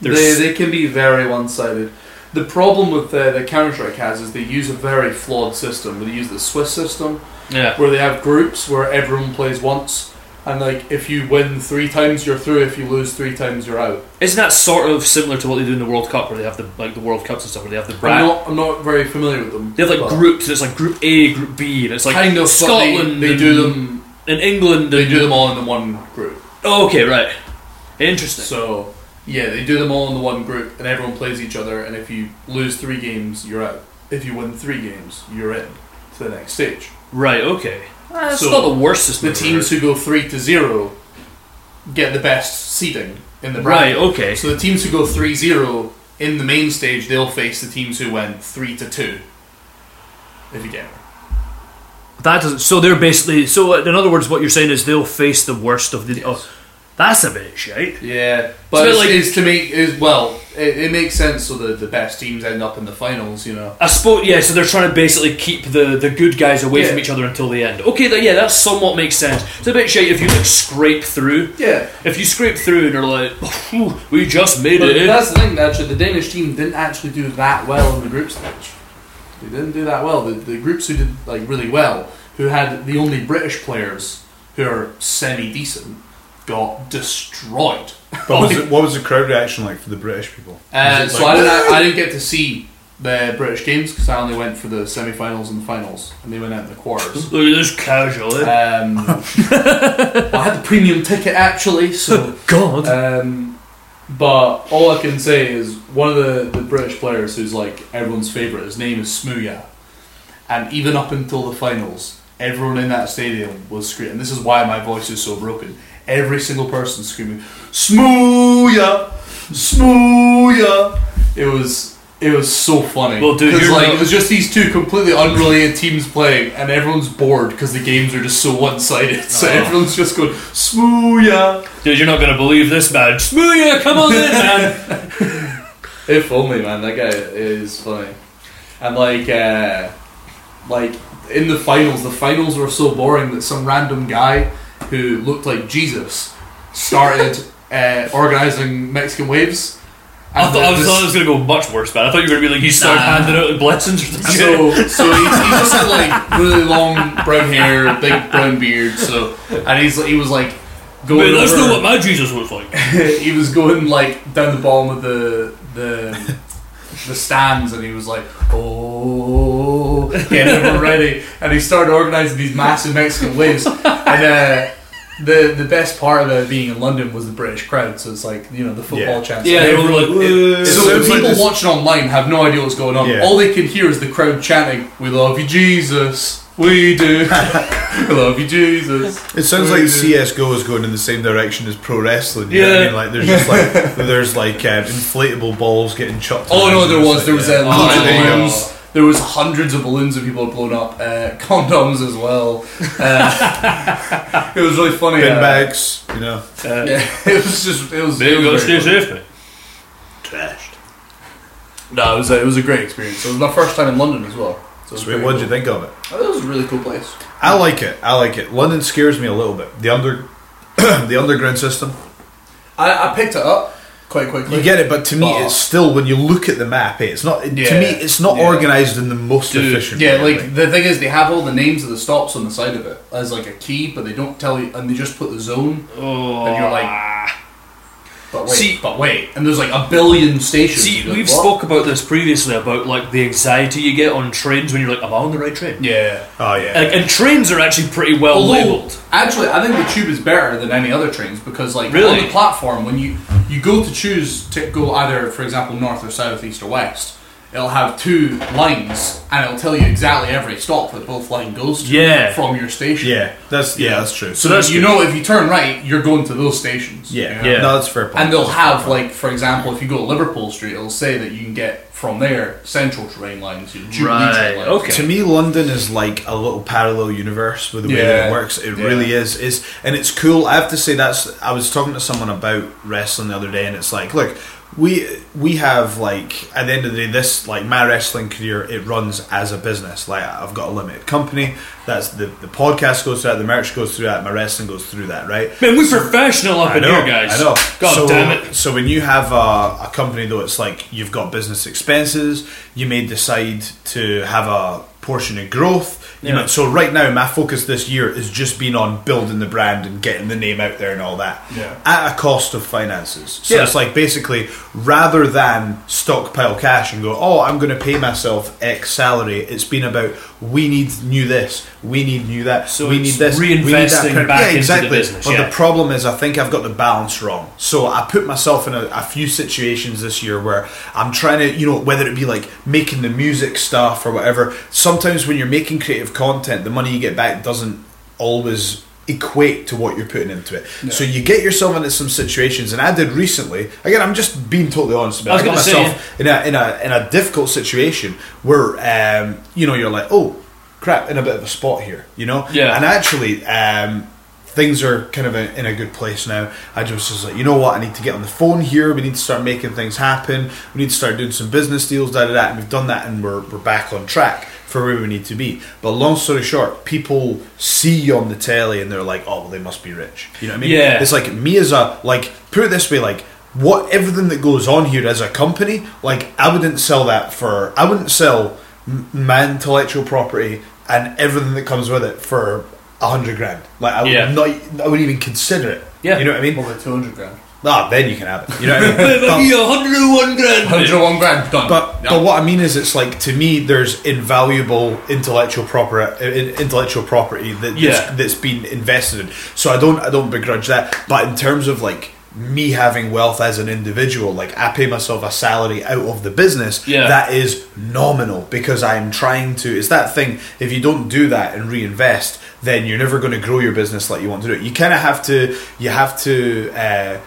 they, they can be very one sided. The problem with the, the Counter Strike has is they use a very flawed system. They use the Swiss system, yeah. where they have groups where everyone plays once, and like if you win three times, you're through. If you lose three times, you're out. Isn't that sort of similar to what they do in the World Cup, where they have the like the World Cups and stuff, where they have the bracket. I'm not. I'm not very familiar with them. They have like but groups, and it's like Group A, Group B, and it's like kind of but they- Scotland. They, and, do them. in England. They and- do them all in the one group. Oh, okay, right. Interesting. So yeah, they do them all in the one group, and everyone plays each other. And if you lose three games, you're out. If you win three games, you're in to the next stage. right. Okay. That's so Uh, not the worst system. the I've teams who go three to zero get the best seeding in the heard. Right. bracket. Okay. So the teams who go 3-0 in the main stage, they'll face the teams who went three to two. If you get it. uh, That doesn't. So they're basically. So in other words, what you're saying is they'll face the worst of the. Oh, That's a bit shite. Yeah, but bit it's, like- it's to make is well, it, it makes sense so that the best teams end up in the finals. You know, I suppose yeah. So they're trying to basically keep the, the good guys away Yeah. from each other until the end. Okay, that, yeah, that somewhat makes sense. It's a bit shite if you like scrape through. yeah. If you scrape through and you're like, "Phew, we just made But it. in." that's the thing. Actually, the Danish team didn't actually do that well in the group stage. They didn't do that well. The, the groups who did like really well, who had the only British players who are semi decent, got destroyed. But was it, what was the crowd reaction like for the British people? [laughs] Uh, Was it so I like- didn't, I didn't get to see the British games because I only went for the semi-finals and the finals, and they went out in [laughs] the quarters. Look at this casual. eh? Um, I had the premium ticket actually, Uh, so [laughs] God. um, but all I can say is one of the, the British players who's like everyone's favourite. His name is Smuya, and even up until the finals, everyone in that stadium was screaming. And this is why my voice is so broken. Every single person screaming, "Smuya, Smuya!" It was it was so funny. Well, dude, 'Cause, you're like not- it was just these two completely unrelated teams playing, and everyone's bored because the games are just so one sided. [laughs] So Uh-huh. everyone's just going, "Smuya." Dude, you're not gonna believe this man. Smooya, come on in, man. If only, man. That guy is funny. And like, uh, like in the finals, the finals were so boring that some random guy who looked like Jesus started [laughs] uh, organizing Mexican waves. I thought, I then was, this- thought it was gonna go much worse, man. I thought you were gonna be like, he started handing out blessings or something. so, so [laughs] he, he just had like really long brown hair, big brown beard. So, and he's he was like going. Wait, let's over- know what my Jesus looks like. [laughs] he was going like down the bottom of the the the stands, and he was like, "Oh, get everyone ready!" And he started organizing these massive Mexican waves. And uh, the the best part of it being in London was the British crowd, so it's like you know the football Yeah. chants. Yeah, they Everyone- were like, It so the sounds like people this- watching online have no idea what's going on. Yeah. All they can hear is the crowd chanting, "We love you, Jesus." We do. [laughs] we love you, Jesus. It sounds like CS:GO is going in the same direction as pro wrestling. You know what I Yeah. mean? like there's just like [laughs] there's like uh, inflatable balls getting chucked. Oh around no, and there it's was like, there was Oh, yeah. uh, loads of there you go. balloons. There was hundreds of balloons that people had blown up. Uh, [laughs] condoms as well. Uh, [laughs] it was really funny. bin uh, bags. You know, uh, Yeah, [laughs] it was just it was. They it was gotta stay very funny. safe, mate. Trashed. No, it was a, it was a great experience. It was my first time in London as well. So it was Sweet, pretty what did you cool. think of it? Oh, It was a really cool place. I like it. I like it. London scares me a little bit. The under, [clears throat] the underground system. I, I picked it up quite quickly. You get it, but to me, But- it's still when you look at the map, eh, it's not. it- Yeah. to me, it's not Yeah. organized in the most efficient. yeah, way, like the thing is, they have all the names of the stops on the side of it as like a key, but they don't tell you, and they just put the zone. Oh. And you're like, But wait, See- but wait, and there's like a billion stations. See, You're like, we've "What?" spoke about this previously about like the anxiety you get on trains when you're like, "Am I on the right train?" Yeah. Oh, Oh yeah. Like, and trains are actually pretty well Although, labeled. Actually, I think the tube is better than any other trains because, like, Really? on the platform, when you you go to choose to go either, for example, north or south, east or west, it'll have two lines and it'll tell you exactly every stop that both line goes to Yeah. from your station. yeah, that's yeah, that's true. So that's you good. know if you turn right, you're going to those stations. yeah, you know? Yeah. no, that's a fair. Point. And they'll That's a fair have point. like, for example, if you go to Liverpool Street, it'll say that you can get from there central train line to Jubilee train Right, line. [laughs] okay. To me, London is like a little parallel universe with the way Yeah. that it works. It Yeah. really is. It's and it's cool. I have to say that's. I was talking to someone about wrestling the other day, and it's like, look, we we have like at the end of the day, this like my wrestling career, it runs as a business. Like I've got a limited company. That's the the podcast goes through that, the merch goes through that, my wrestling goes through that, right? Man, we're professional up in here, guys. I know. God so, damn it. So when you have a, a company though, it's like you've got business expenses. You may decide to have a portion of growth. You Yeah. might, so right now, my focus this year is just being on building the brand and getting the name out there and all that. Yeah. At a cost of finances. So Yeah. it's like basically rather than stockpile cash and go, oh, I'm going to pay myself X salary. It's been about we need new this, we need new that, So we need it's this, we need that. reinvesting print- back yeah, into the exactly. business, But the yeah. problem is, I think I've got the balance wrong. So I put myself in a, a few situations this year where I'm trying to, you know, whether it be like making the music stuff or whatever. Sometimes when you're making creative content, the money you get back doesn't always equate to what you're putting into it. So you get yourself into some situations, and I did recently. Again, I'm just being totally honest about. I was it. I got gonna say, myself in a in a in a difficult situation where um, you know you're like, oh crap, in a bit of a spot here, you know. Yeah. And actually, um, things are kind of a, in a good place now. I just was like, you know what? I need to get on the phone here. We need to start making things happen. We need to start doing some business deals, da da da. And we've done that, and we're we're back on track for where we need to be. But long story short, people see you on the telly and they're like, oh, well, they must be rich. You know what I mean? Yeah. It's like me as a like put it this way, like what everything that goes on here as a company, like I wouldn't sell that for. I wouldn't sell m- my intellectual property and everything that comes with it for a hundred grand. Like I would Yeah. not. I wouldn't even consider it. Yeah. You know what I mean? Over 200 grand. Ah, then you can have it. You know what [laughs] I mean? But- 101 grand. 101 grand, done. but Yeah. but what I mean is, it's like to me, there's invaluable intellectual property, intellectual property that that's- Yeah. that's been invested in. So I don't I don't begrudge that. But in terms of like me having wealth as an individual, like I pay myself a salary out of the business. Yeah. that is nominal because I'm trying to. It's that thing. If you don't do that and reinvest, then you're never going to grow your business like you want to do it. You kind of have to. You have to. Uh,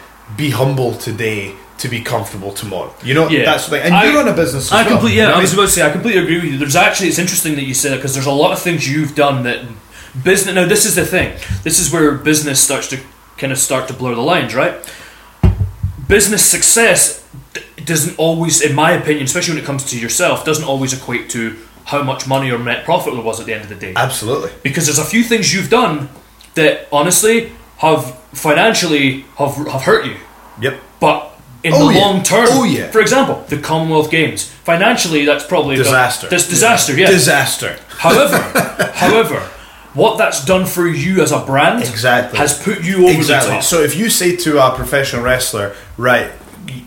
be humble today to be comfortable tomorrow. You know, Yeah. that's the thing. And I- you're on a business as I well. completely, You know yeah, what I I was mean? about to say, I completely agree with you. There's actually, it's interesting that you say that because there's a lot of things you've done that business. Now, this is the thing. This is where business starts to kind of start to blur the lines, right? Business success d- doesn't always, in my opinion, especially when it comes to yourself, doesn't always equate to how much money or net profit there was at the end of the day. Absolutely. because there's a few things you've done that honestly have financially have, have hurt you Yep. but in Oh, the yeah. long term Oh, yeah. for example the commonwealth games financially that's probably Disaster. that's disaster yeah, Disaster. [laughs] however however what that's done for you as a brand Exactly. has put you over the Exactly. top So if you say to a professional wrestler, right,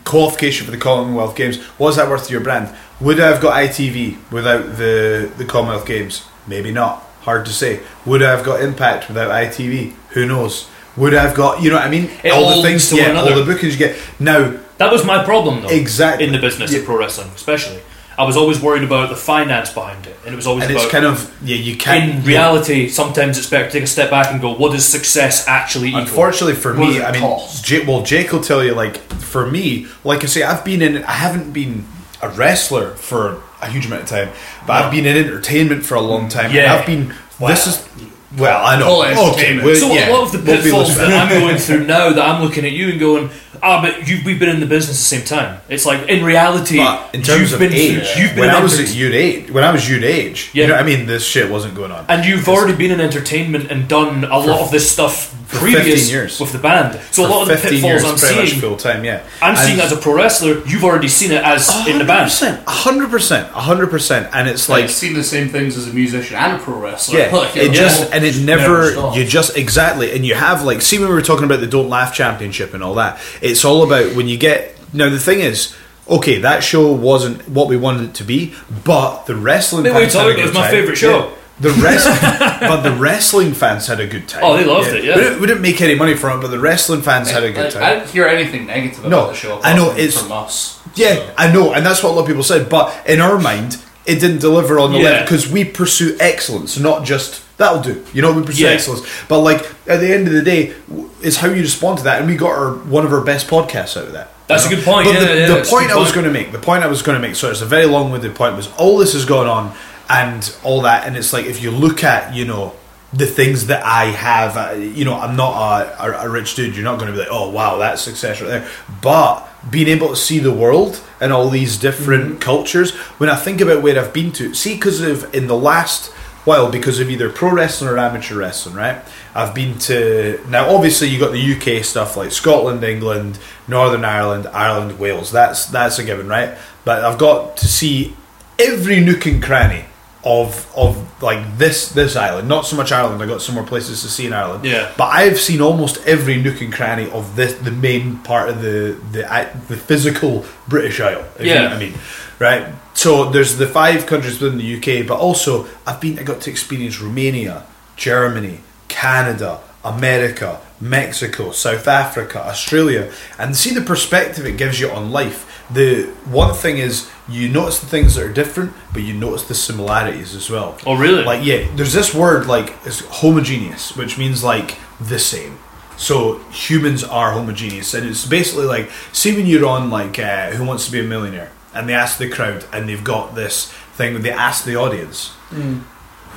qualification for the Commonwealth Games, what's that worth to your brand? Would I have got ITV without the the Commonwealth Games? Maybe not. Hard to say. Would I have got Impact without ITV? Who knows? Would I have got you know what I mean? It all all the leads things, to one yeah, all another. the bookings you get. Now that was my problem though Exactly. in the business Yeah. of pro wrestling especially I was always worried about the finance behind it and it was always and about it's kind of yeah, you can't in reality sometimes it's better to take a step back and go what does success actually equal Unfortunately for What does me, it I mean, cost? Jake, well, Jake will tell you. Like for me, like I say, I've been in. I haven't been a wrestler for a huge amount of time, but I've been in entertainment for a long time. and Yeah. I've been. This is well, I Call it know. Okay, entertainment. well, So yeah, a lot of the we'll be pitfalls listening. that I'm going through now that I'm looking at you and going, ah, but you've we've been in the business at the same time. It's like in reality, But in terms you've of been through- age, you've been when I in was enter- at you'd age, when I was you'd age, Yeah. you know what I mean. This shit wasn't going on. and you've already been in entertainment and done a lot of this stuff previous 15 years. with the band. So a lot of the pitfalls I'm seeing, full time. Yeah, I'm seeing And- as a pro wrestler. You've already seen it as in the band. 100%, 100%, 100%. And it's like, like, seen the same things as a musician and a pro wrestler. Yeah, Like, it know, just and it never, stops. you just exactly and you have like see when we were talking about the don't laugh championship and all that. It's all about when you get now the thing is okay that show wasn't what we wanted it to be, but the wrestling Midway fans had a Tolerant good was my time. favourite show. Yeah. The rest, [laughs] but the wrestling fans had a good time. Oh, they loved it, yeah. we didn't, we didn't make any money from it, but the wrestling fans had a good Like, time. I didn't hear anything negative about No, the show. I know, apart from it's- from us. Yeah, I know, and that's what a lot of people said. But in our mind, it didn't deliver on the Yeah. level because we pursue excellence, not just that'll do. You know, we pursue Yeah. excellence. But like at the end of the day, w- is how you respond to that, and we got our one of our best podcasts out of that. That's you a good point, But yeah, the, yeah, the that's a point good I was point. going to make, the point I was going to make, so it's a very long-winded point. Was all this has gone on and all that, and it's like if you look at you know. The things that I have, uh, you know, I'm not a, a, a rich dude. You're not going to be like, oh wow, that's success right there. But being able to see the world and all these different Mm-hmm. cultures, when I think about where I've been to, see, because of in the last while, because of either pro wrestling or amateur wrestling, right? I've been to now. Obviously, you got the UK stuff like Scotland, England, Northern Ireland, Ireland, Wales. That's that's a given, right? But I've got to see every nook and cranny of of like this this island. Not so much Ireland. I got some more places to see in Ireland. Yeah. But I've seen almost every nook and cranny of this the main part of the the i- the physical British Isle. If You Yeah. know what I mean, right. So there's the five countries within the UK, but also I've been I got to experience Romania, Germany, Canada, America, Mexico, South Africa, Australia, and see the perspective it gives you on life. The one thing is you notice the things that are different, but you notice the similarities as well. Oh, really? Like yeah, there's this word like it's homogeneous, which means like the same. So humans are homogeneous, and it's basically like see when you're on like uh, Who Wants to Be a Millionaire, and they ask the crowd, and they've got this thing where they ask the audience,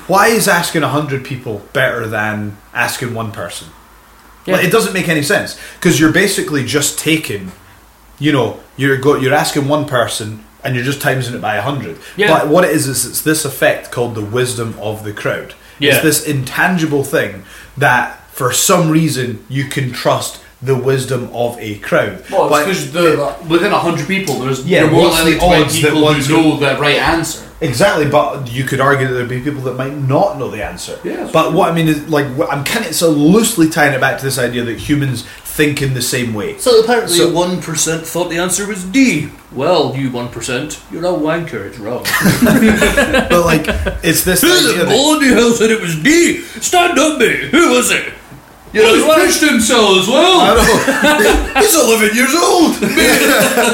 why is asking hundred people better than asking one person? Yeah. Like, it doesn't make any sense because you're basically just taking, you know, you're go, you're asking one person and you're just timesing it by hundred. Yeah. But what it is is it's this effect called the wisdom of the crowd. Yeah. It's this intangible thing that for some reason you can trust the wisdom of a crowd. Well, But- it's because the, within hundred people, there's Yeah, you're more what's likely the to find odds that people one's who know the right answer. Exactly, but you could argue that there'd be people that might not know the answer. Yeah, But what I mean is, like, wh- I'm kind of so loosely tying it back to this idea that humans think in the same way. So apparently, So- one percent thought the answer was D. Well, you one percent, you're a wanker. It's wrong. But like, it's this idea that- in hell said it was D? Stand up, me. Who was it? You're a Christian cell as well. I know. He's 11 years [laughs] old.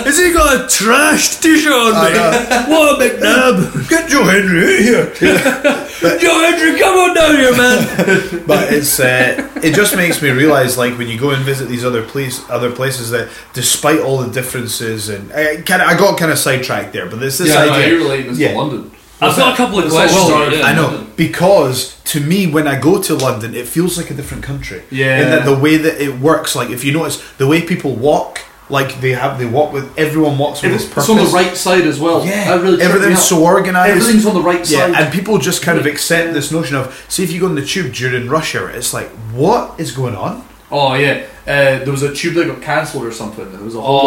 Has he got a trash t-shirt on, I mate? What a McNab! Get Joe Henry out here. Yo, Andrew, come on down here, [laughs] man! but it's uh, it just makes me realize like when you go and visit these other place other places that despite all the differences and I kind of I got kind of sidetracked there, but there's this Yeah, no, idea. you're relating this Yeah. to London. I've got a couple of questions. well, yeah. I know because to me, when I go to London, it feels like a different country. Yeah. and that the way that it works, like if you notice the way people walk, like they have they walk with everyone walks with this purpose. It's on the right side as well. Yeah, That really tripped me everything's up. so organized. Everything's on the right Yeah, side. and people just kind of accept this notion of see if you go on the tube during rush hour, it's like what is going on? Oh yeah, uh, there was a tube that got cancelled or something. and There was a whole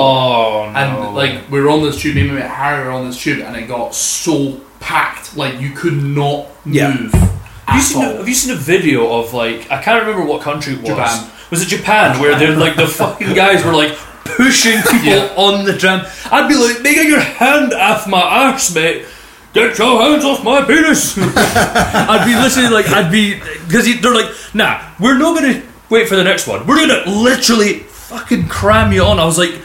Oh, no. and like we were on this tube. Me and my mate Harry were on this tube, and it got so packed, like you could not Yeah. move. Have you, at seen a, all. have you seen a video of like I can't remember what country it was. Japan. Was it Japan where they're like the fucking guys were like pushing people on the tram? I'd be like, "Make your hand off my arse, mate." Get your hands off my penis! I'd be listening like I'd be because they're like, "Nah, we're not gonna wait for the next one. We're gonna literally fucking cram you on." I was like.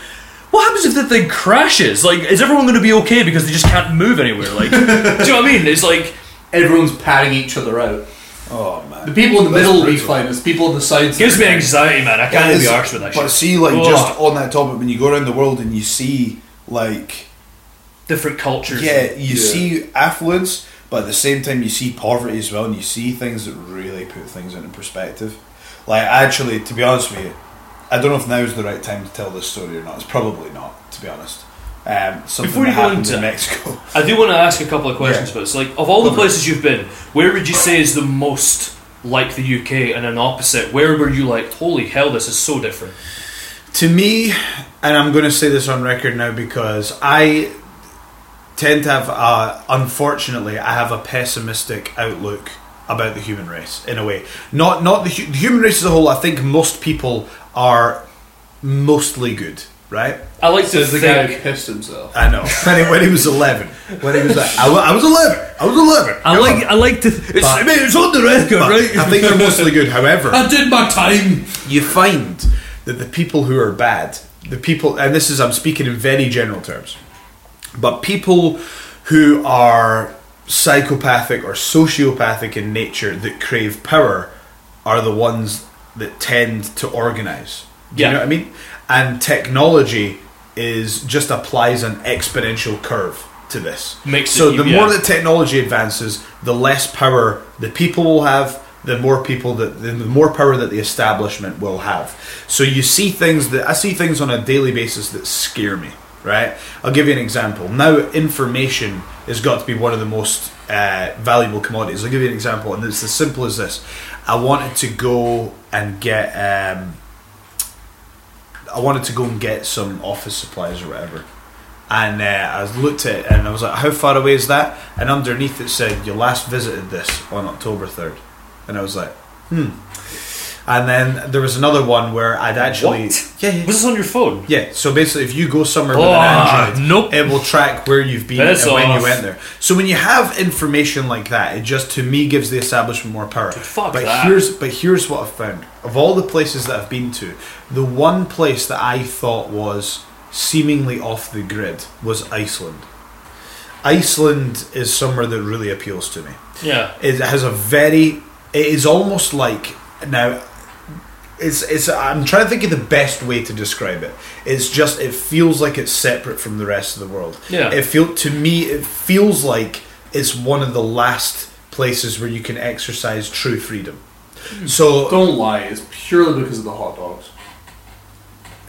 What happens if the thing crashes? Like, is everyone going to be okay because they just can't move anywhere? Like, [laughs] do you know what I mean? It's like, Everyone's patting each other out. Oh man, The people in the That's middle will be brutal. fine. It's people on the sides. Gives me anxiety, man. I can't even be arsed with that But shit. Oh, see, like Ugh. just on that topic, when you go around the world and you see like different cultures. yeah, you see affluence, but at the same time you see poverty as well, and you see things that really put things into perspective. Like actually, to be honest with you, I don't know if now is the right time to tell this story or not. It's probably not, to be honest. Um, something Before that you go happened in into it, Mexico. I do want to ask a couple of questions Yeah. about this. Like, of all the places you've been, where would you say is the most like the UK and an opposite? Where were you like, holy hell, this is so different? to me, and I'm going to say this on record now because I tend to have, uh, unfortunately, I have a pessimistic outlook about the human race in a way. Not not the, hu- the human race as a whole. I think most people are mostly good, right? I like to There's the guy think. who pissed himself. I know. [laughs] When he, when he was eleven, when he was like, I, wa- I was eleven, I was eleven. I like. I like to. It's, But- mate, it's on the record, But right? I think they're mostly [laughs] good. However, I did my time. you find that the people who are bad, the people, and this is I'm speaking in very general terms, but people who are psychopathic or sociopathic in nature that crave power are the ones that tend to organize. Do Yeah. you know what I mean? And technology is just applies an exponential curve to this. Makes so it- the yeah. more that technology advances, the less power the people will have, the more people that the more power that the establishment will have. So you see things that I see things on a daily basis that scare me. Right, I'll give you an example. Now, information has got to be one of the most uh, valuable commodities. I'll give you an example, and it's as simple as this: I wanted to go and get, um, I wanted to go and get some office supplies or whatever and uh, I looked at it and I was like, "How far away is that?" And underneath it said, "You last visited this on October 3rd. and I was like, "Hmm." And then there was another one where I'd actually, What? yeah, yeah, Was this on your phone? yeah. So basically, if you go somewhere with Oh, an Android, nope. it will track where you've been Piss and when off. you went there. So when you have information like that, it just to me gives the establishment more power. fuck but that. here's but here's what I've found. Of all the places that I've been to, the one place that I thought was seemingly off the grid was Iceland. Iceland is somewhere that really appeals to me. Yeah. It has a very. It is almost like now. It's it's. I'm trying to think of the best way to describe it. It's just it feels like it's separate from the rest of the world. Yeah. It feel to me it feels like it's one of the last places where you can exercise true freedom. Hmm. So Don't lie. It's purely because of the hot dogs.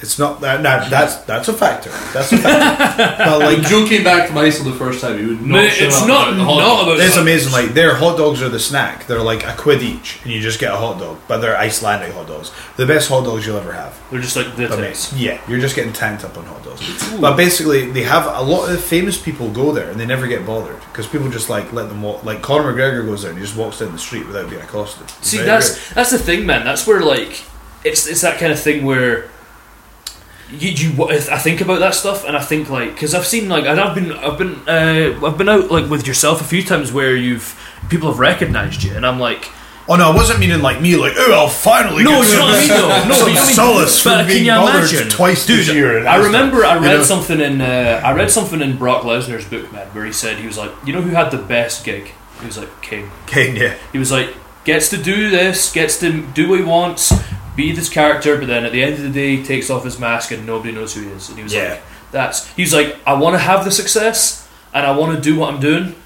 it's not that. Nah, that's that's a factor. That's a factor. [laughs] but like When Joe came back to Mysol the first time, he would not. But shut it's up not about the hot not dogs. about. It's amazing. Like their hot dogs are the snack. They're like a quid each, and you just get a hot dog. But they're Icelandic hot dogs. The best hot dogs you'll ever have. They're just like the But tits. mate, yeah, you're just getting tanked up on hot dogs. But basically, they have a lot of famous people go there, and they never get bothered because people just like let them walk. Like Conor McGregor goes there and he just walks down the street without being accosted. It's See, very that's good. that's the thing, man. That's where like it's it's that kind of thing where you, you I think about that stuff, and I think like because I've seen like and I've been I've been uh, I've been out like with yourself a few times where you've people have recognised you, and I'm like. Oh no, I wasn't meaning like me. Like oh, I'll finally. No, get you know what I mean, some- [laughs] though. No, some you know what I mean. solace But from can being you bothered imagine? twice this Dude, year. and I that's remember I you read know? something in uh, I read something in Brock Lesnar's book, man, where he said he was like, you know who had the best gig? He was like King. King, yeah. He was like gets to do this, gets to do what he wants, be this character, but then at the end of the day, he takes off his mask and nobody knows who he is. And he was Yeah. like, that's he was like, I want to have the success and I want to do what I'm doing.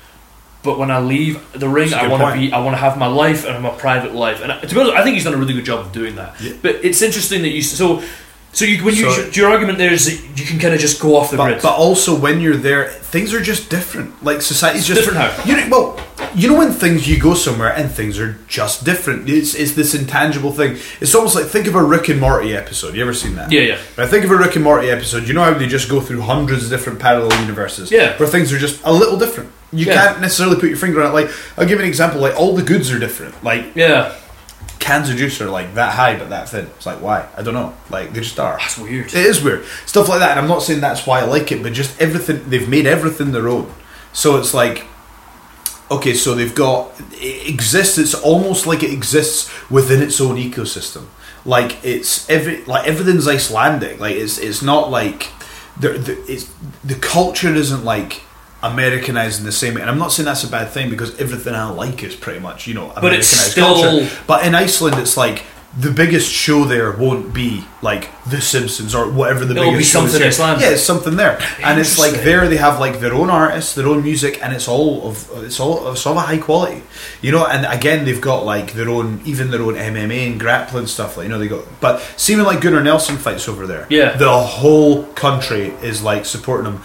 But when I leave the ring, That's a I good want to point. be. I want to have my life and my private life. And I- to be honest, I think he's done a really good job of doing that. Yeah. But it's interesting that you so so you when you So- your argument there is that you can kind of just go off the But, grid. but also when you're there, things are just different. Like society's just different how? You know, well, you know when things you go somewhere and things are just different. It's it's this intangible thing. It's almost like think of a Rick and Morty episode. You ever seen that? Yeah, yeah. But think of a Rick and Morty episode. You know how they just go through hundreds of different parallel universes. Yeah. Where things are just a little different. You Yeah. can't necessarily put your finger on it. Like I'll give you an example. Like all the goods are different. Like yeah, cans of juice are like that high but that thin. It's like why? I don't know. Like they just are. that's weird. It is weird. Stuff like that. And I'm not saying that's why I like it, but just everything, they've made everything their own. So it's like, okay, so they've got, it exists, it's almost like it exists within its own ecosystem. Like it's every like everything's Icelandic. Like it's it's not like the the it's the culture isn't like Americanized in the same way. And I'm not saying that's a bad thing because everything I like is pretty much you know Americanized But it's still- culture. But in Iceland, it's like the biggest show there won't be like The Simpsons or whatever the It'll biggest be show is something here. Icelandic. Yeah, it's something there, and it's like Interesting. there they have like their own artists, their own music, and it's all of it's all it's all a high quality, you know. And again, they've got like their own even their own MMA and grappling stuff. Like you know, they got but see when like Gunnar Nelson fights over there, Yeah. the whole country is like supporting him,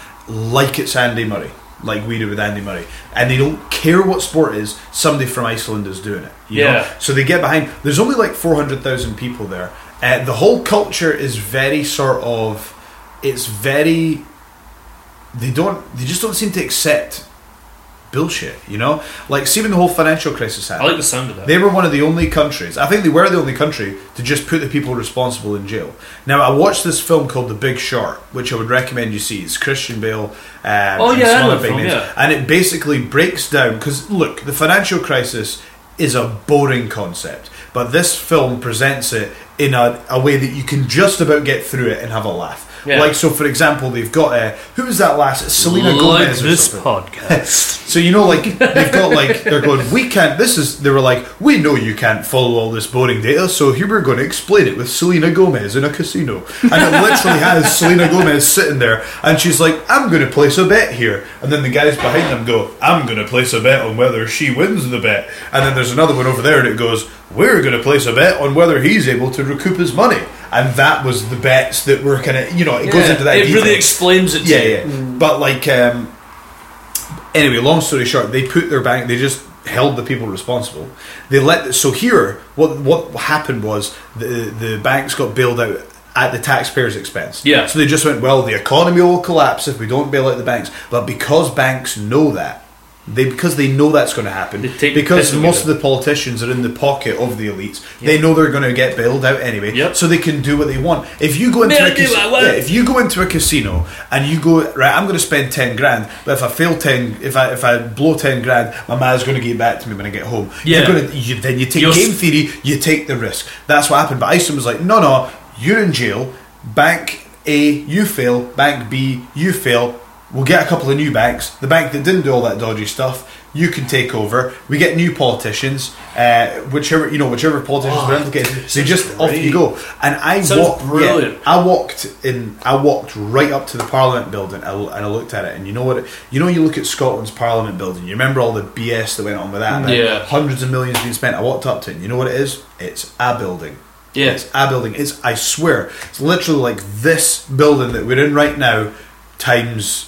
like it's Andy Murray. Like we do with Andy Murray, and they don't care what sport it is. Somebody from Iceland is doing it. You Yeah. know? So they get behind. There's only like 400,000 people there. Uh, the whole culture is very sort of. It's very. They don't. They just don't seem to accept bullshit, you know? Like, see when the whole financial crisis I happened. like the sound of that. They were one of the only countries. I think they were the only country to just put the people responsible in jail. Now I watched this film called The Big Short, which I would recommend you see. It's Christian Bale. Um, Oh, and yeah, I some know other the big film, names. yeah. And it basically breaks down because look, the financial crisis is a boring concept, but this film presents it in a, a way that you can just about get through it and have a laugh. Yeah. Like so, for example, they've got uh, who was that last? It's Selena like Gomez. Or this something. [laughs] podcast. So you know, like they've got like they're going. We can't. This is they were like we know you can't follow all this boring data. So here we're going to explain it with Selena Gomez in a casino, and it literally [laughs] has Selena Gomez sitting there, and she's like, "I'm going to place a bet here," and then the guys behind them go, "I'm going to place a bet on whether she wins the bet," and then there's another one over there, and it goes, "We're going to place a bet on whether he's able to recoup his money," and that was the bets that were kind of you know it goes Yeah, into that. it really detail. explains it. To Yeah, you. yeah. But like, um, anyway, long story short, they put their bank. They just held the people responsible. They let. So here, what what happened was the the banks got bailed out at the taxpayers' expense. Yeah. So they just went, well, the economy will collapse if we don't bail out the banks. But because banks know that. They, because they know that's going to happen. They take the piss Because out of most of them. the politicians are in the pocket of the elites. They know they're going to get bailed out anyway. Yep. So they can do what they want. If you go into Man, a do cas- I want- yeah, if you go into a casino and you go right, I'm going to spend ten grand, but if I fail ten, if I if I blow ten grand, my ma's going to get back to me when I get home. Yeah. You're gonna, you, then you take You're game s- theory, you take the risk. That's what happened. But Iceland was like, no, no, you're in jail. Bank A, you fail. Bank B, you fail. We'll get a couple of new banks. The bank that didn't do all that dodgy stuff. You can take over. We get new politicians, uh, whichever you know, whichever politicians Oh, we're implicated. So you just off you go. And I Sounds walked. brilliant. I walked in. I walked right up to the Parliament building and I looked at it. And you know what? It, you know, you look at Scotland's Parliament building. You remember all the BS that went on with that. and Mm. Yeah. hundreds of millions being spent. I walked up to it. And you know what it is? It's a building. Yeah. It's a building. It's I swear, it's literally like this building that we're in right now times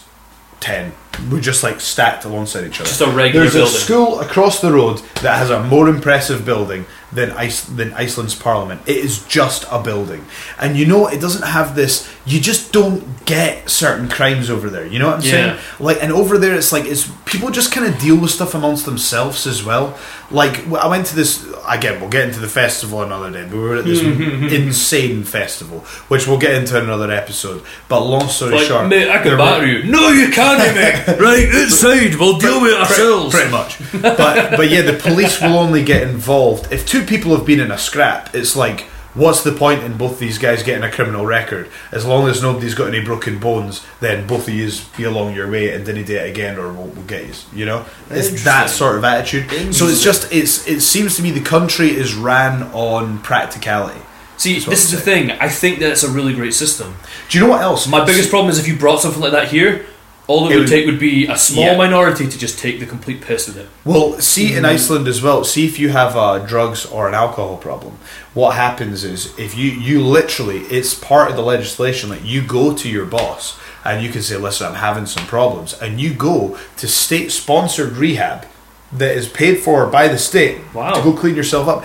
ten. We're just like stacked alongside each other. Just a regular There's building. a school across the road that has a more impressive building than Ice- than Iceland's Parliament. It is just a building, and you know it doesn't have this. You just don't get certain crimes over there. You know what I'm Yeah. saying? Like, and over there, it's like it's people just kind of deal with stuff amongst themselves as well. Like, w- I went to this again. We'll get into the festival another day. But we were at [laughs] this insane festival, which we'll get into in another episode. But long story Like, short, mate, I there can were- batter you. No, you can't, [laughs] mate. right, outside, we'll deal with it ourselves. Pretty much. But but yeah, the police will only get involved if two people have been in a scrap. It's like what's the point in both these guys getting a criminal record? As long as nobody's got any broken bones, then both of yous be along your way and didn't do it again, or we'll, we'll get you. You know, it's that sort of attitude. So it's just it's it seems to me the country is ran on practicality. See, what this is I'm the thing. I think that it's a really great system. Do you know what else? My biggest problem is if you brought something like that here, all it, It would, would- take would be a small Yeah. minority to just take the complete piss with it. Well, see Mm-hmm. in Iceland as well. See if you have a drugs or an alcohol problem. What happens is if you you literally it's part of the legislation that you go to your boss and you can say, "Listen, I'm having some problems," and you go to state-sponsored rehab that is paid for by the state Wow. to go clean yourself up.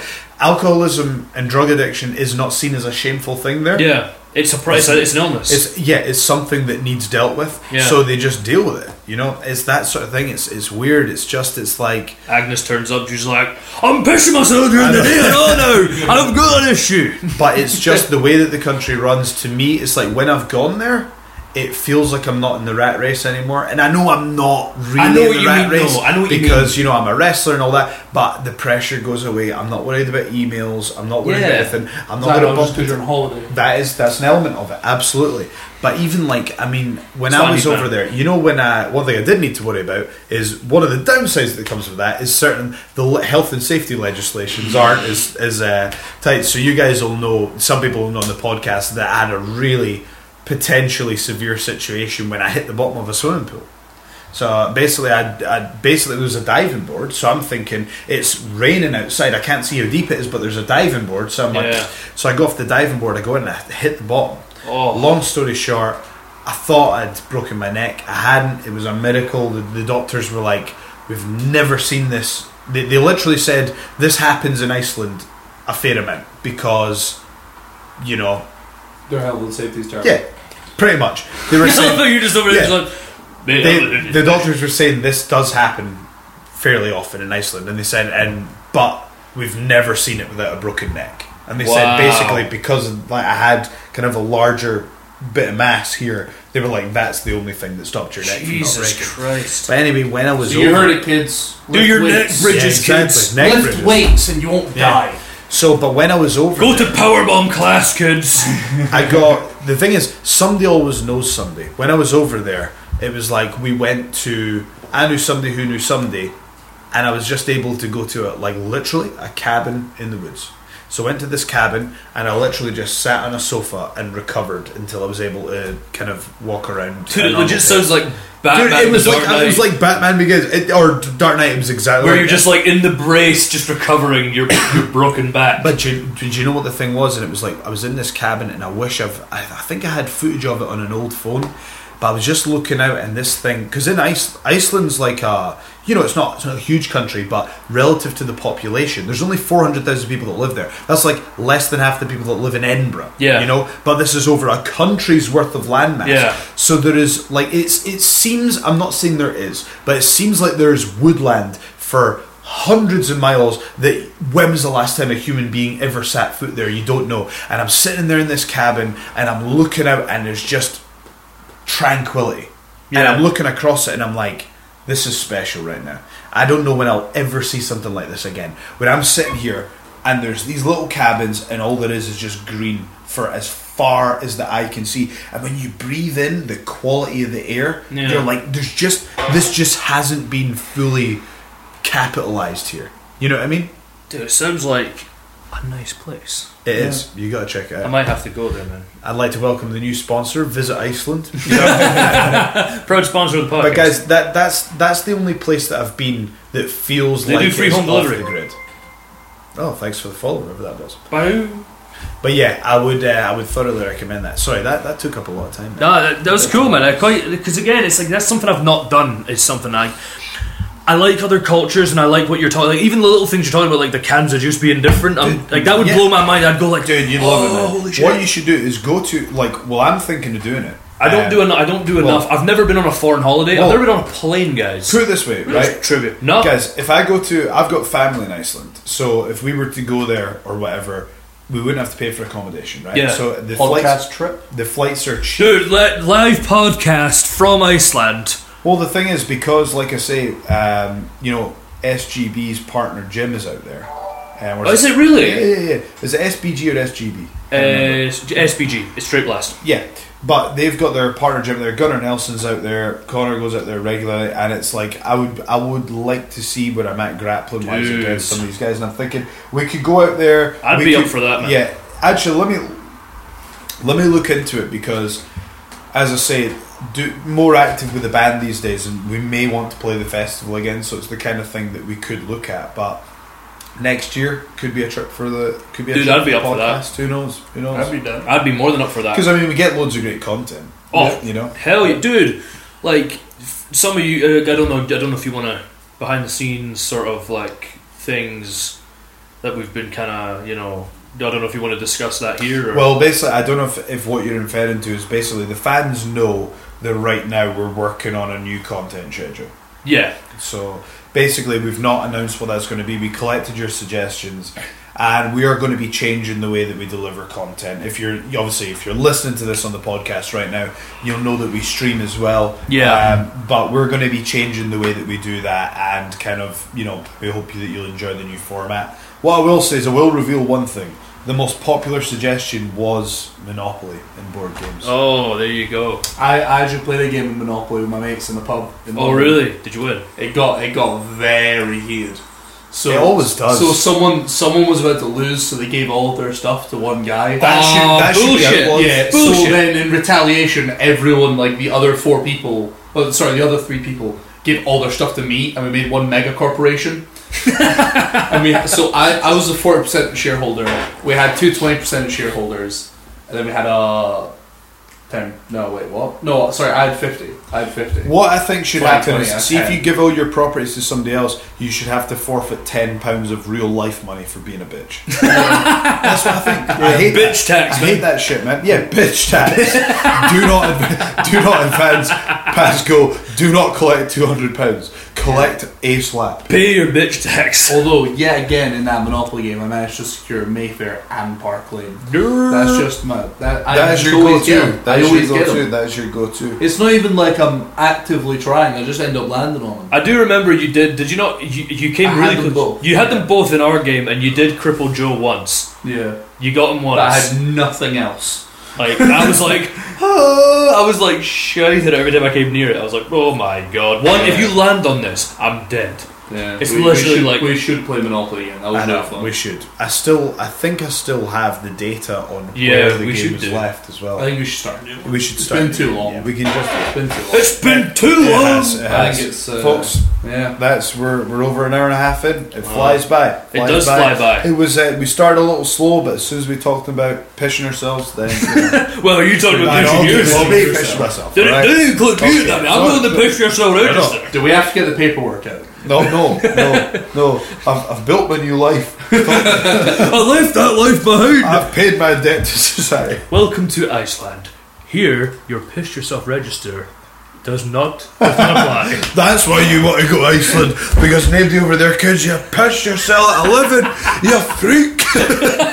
Alcoholism and drug addiction is not seen as a shameful thing there. Yeah, it's a price. It's, an illness. It's yeah, it's something that needs dealt with. Yeah. So they just deal with it. You know, it's that sort of thing. It's it's weird. It's just it's like Agnes turns up. She's like, "I'm pissing myself during the day. [laughs] I don't know. I've got an issue." but it's just the way that the country runs to me it's like when i've gone there it feels like i'm not in the rat race anymore and i know i'm not really I know in what the you rat mean, race though. I know what you because you, know i'm a wrestler and all that but the pressure goes away i'm not worried about emails i'm not worried Yeah. about anything i'm not That going to was bump just because into you're [laughs] on holiday. that is that's an element of it, absolutely. But even like, I mean, when It's I was funny, over man. there, you know, when I one thing I did need to worry about is one of the downsides that comes with that is certain the le- health and safety legislations aren't as as uh, tight. So you guys will know, some people will know on the podcast that I had a really potentially severe situation when I hit the bottom of a swimming pool. So uh, basically, I, I basically there was a diving board. So I'm thinking it's raining outside. I can't see how deep it is, but there's a diving board. So I'm Yeah. like, so I go off the diving board. I go in and I hit the bottom. Oh. Long story short, I thought I'd broken my neck. I hadn't. It was a miracle. The, the doctors were like, "We've never seen this." They, they literally said this happens in Iceland a fair amount because, you know, Their health and safety is terrible. yeah, pretty much. They [laughs] were saying you just over there, Yeah. just like, "Mate, they, the doctors were saying this does happen fairly often in Iceland, and they said, and but we've never seen it without a broken neck. And they Wow. said basically because of, like I had kind of a larger bit of mass here, they were like, that's the only thing that stopped your neck from not Jesus breaking. Christ. But anyway, when I was So you over, heard it, kids. Do your neck weights. yeah, bridges, exactly, kids. neck Lift bridges. weights and you won't Yeah. die. So, but when I was over, Go to powerbomb class, kids. I got the thing is somebody always knows somebody. When I was over there, it was like we went to I knew somebody who knew somebody, and I was just able to go to a, like literally a cabin in the woods. So I went to this cabin and I literally just sat on a sofa and recovered until I was able to kind of walk around. Dude, it and all legit that. sounds like Dude, Batman. it was the like Dark it was Knight, like Batman Begins it, or Dark Knight. It was exactly where like you're that. just like in the brace, just recovering your your broken back. But do you, do you know what the thing was? And it was like I was in this cabin, and I wish I've I, I think I had footage of it on an old phone, but I was just looking out, and this thing because in Ice, Iceland's like a you know it's not it's not a huge country, but relative to the population, there's only four hundred thousand people that live there. That's like less than half the people that live in Edinburgh. Yeah. you know. But this is over a country's worth of landmass. Yeah. So there is like it's it seems I'm not saying there is, but it seems like there is woodland for hundreds of miles that when was the last time a human being ever sat foot there? You don't know. And I'm sitting there in this cabin and I'm looking out and there's just tranquility. And Yeah. I'm looking across it and I'm like, this is special right now. I don't know when I'll ever see something like this again. When I'm sitting here and there's these little cabins and all there is is just green for as far as the eye can see. And when you breathe in the quality of the air, Yeah. you're like, there's just, this just hasn't been fully capitalized here. You know what I mean? Dude, it sounds like a nice place. It is. You gotta check it I out. might have to go there, man. I'd like to welcome the new sponsor, Visit [laughs] Iceland. Proud sponsor of the podcast. But guys, that that's that's the only place that I've been that feels They like do free it's home off delivery. the grid. Oh, thanks for the follow, whoever that was. Bow. But yeah, I would uh, I would thoroughly recommend that. Sorry, that, that took up a lot of time. No, that, that was cool, man. I quite because again, it's like that's something I've not done. Is something I, I like other cultures and I like what you're talking. Like even the little things you're talking about, like the cans of juice being different. i like that would yeah. blow my mind. I'd go like, Dude, you'd oh, love it. Man. Holy What shit. you should do is go to like. Well, I'm thinking of doing it. Um, I don't do it. enough. I don't do enough. I've never been on a foreign holiday. Well- I've never been on a plane, guys. Put it this way, right? Trivia. No. Guys, if I go to, I've got family in Iceland, so if we were to go there or whatever, we wouldn't have to pay for accommodation, right? Yeah. So the Podcast flights, trip. the flights are cheap. Dude, li- live podcast from Iceland. Well, the thing is, because like I say, um, you know, SGB's partner Jim is out there. And we're Oh, is it really? Yeah, yeah, yeah. Is it SBG or SGB? I can't remember. Uh, SBG. It's straight blast. Yeah, but they've got their partner gym there. Gunnar Nelson's out there. Connor goes out there regularly, and it's like I would I would like to see where I'm at grappling wise Dude. against some of these guys. And I'm thinking we could go out there. I'd we be up could- for that, man. Yeah, actually, let me let me look into it because, as I say, do, more active with the band these days, and we may want to play the festival again. So it's the kind of thing that we could look at, but. Next year could be a trip for the could be a Dude, trip I'd be for up for the that. podcast. Who knows? Who knows? That'd be done. I'd be more than up for that. Because I mean, we get loads of great content. Oh. you know. Hell, yeah, dude! Like f- some of you, uh, I don't know. I don't know if you want to behind the scenes sort of like things that we've been kind of, you know. I don't know if you want to discuss that here. Or, Well, basically, I don't know if, if what you're inferring to is basically the fans know that right now we're working on a new content schedule. yeah, So basically, we've not announced what that's going to be. We collected your suggestions, and we are going to be changing the way that we deliver content. If you're obviously if you're listening to this on the podcast right now, you'll know that we stream as well. Yeah. Um, but we're going to be changing the way that we do that, and kind of you know we hope that you'll enjoy the new format. What I will say is I will reveal one thing. The most popular suggestion was Monopoly in board games. Oh, there you go. I, I actually played a game of Monopoly with my mates in the pub. In Oh, London. really? Did you win? It got it got very heated. So It always does. So someone someone was about to lose, so they gave all of their stuff to one guy. That Oh, should, that should bullshit. be outlawed. yeah. bullshit. So then, in retaliation, everyone like the other four people, well, sorry, the other three people gave all their stuff to me, and we made one [laughs] mega corporation. and we so I, I was a forty percent shareholder. We had two 20 percent shareholders, and then we had a ten. No, wait, what? No, sorry, I had fifty. I had fifty. What I think should Flat happen money, is, I see if can. you give all your properties to somebody else, you should have to forfeit ten pounds of real life money for being a bitch. That's what I think. I hate bitch that. tax, I hate that shit, man. Yeah, bitch tax. do not, adv- do not advance pass go. Do not collect two hundred pounds. Collect a slap. Pay your bitch tax. [laughs] Although, yet again, in that Monopoly game, I managed to secure Mayfair and Park Lane. Oh, That's just my. That, I That is your always go-to. get 'em. That I is always your get 'em. go-to. That is your go-to. It's not even like I'm actively trying. I just end up landing on them. I do remember you did. Did you not? You, you came I had really them close. both. You had them both in our game, and you did cripple Joe once. Yeah, You got him but I once. had nothing else. Like I was [laughs] like, [laughs] oh, I was like shouted every time I came near it. I was like, oh my god! One, if you land on this, I'm dead. Yeah, It's literally should, like- we should play Monopoly again. That was I no know fun. we should. I still, I think I still have the data on Yeah, where the we game should is do. left as well. I think we should start a new one. we should It's start. been too long. Yeah, we can just. It's been too long. It's been too It long. has, it I has. think it's uh, folks. [laughs] Yeah, That's we're, we're over an hour and a half in. It flies by. It does fly by. It was uh, we started a little slow, but as soon as we talked about pissing ourselves, [laughs] then you know, Well, you talking I about know, pushing well, yourself? me pissing myself. Did it right? do include you? Okay. I mean, I'm going to push yourself register. do we have to get the paperwork out? No, no, no, [laughs] no. I've, I've built my new life. I left that life behind. I've paid my debt to society. Welcome to Iceland. Here, your piss yourself register does not does not [laughs] apply. That's why you want to go to Iceland because nobody over there could. You piss yourself at a living, you freak. [laughs]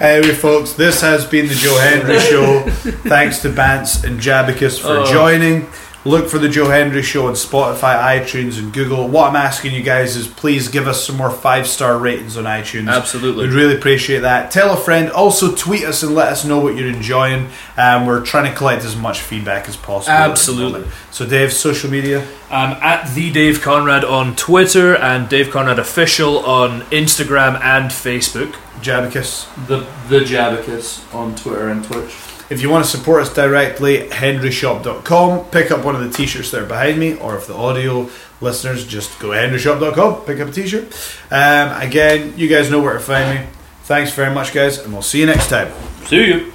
anyway, folks, this has been the Joe Henry Show. Thanks to Bance and Jabicus for joining. Look for the Joe Henry Show on Spotify, iTunes, and Google. What I'm asking you guys is please give us some more five star ratings on iTunes. Absolutely. We'd really appreciate that. Tell a friend. Also, tweet us and let us know what you're enjoying. Um, we're trying to collect as much feedback as possible. at the Absolutely. moment. So, Dave, social media. Um, at the Dave Conrad on Twitter and Dave Conrad official on Instagram and Facebook. Jabicus. The the Jabicus on Twitter and Twitch. If you want to support us directly, henryshop.com. Pick up one of the t shirts that are behind me, or if the audio listeners, just go to henryshop.com, pick up a t shirt. Um, again, you guys know where to find me. Thanks very much, guys, and we'll see you next time. See you.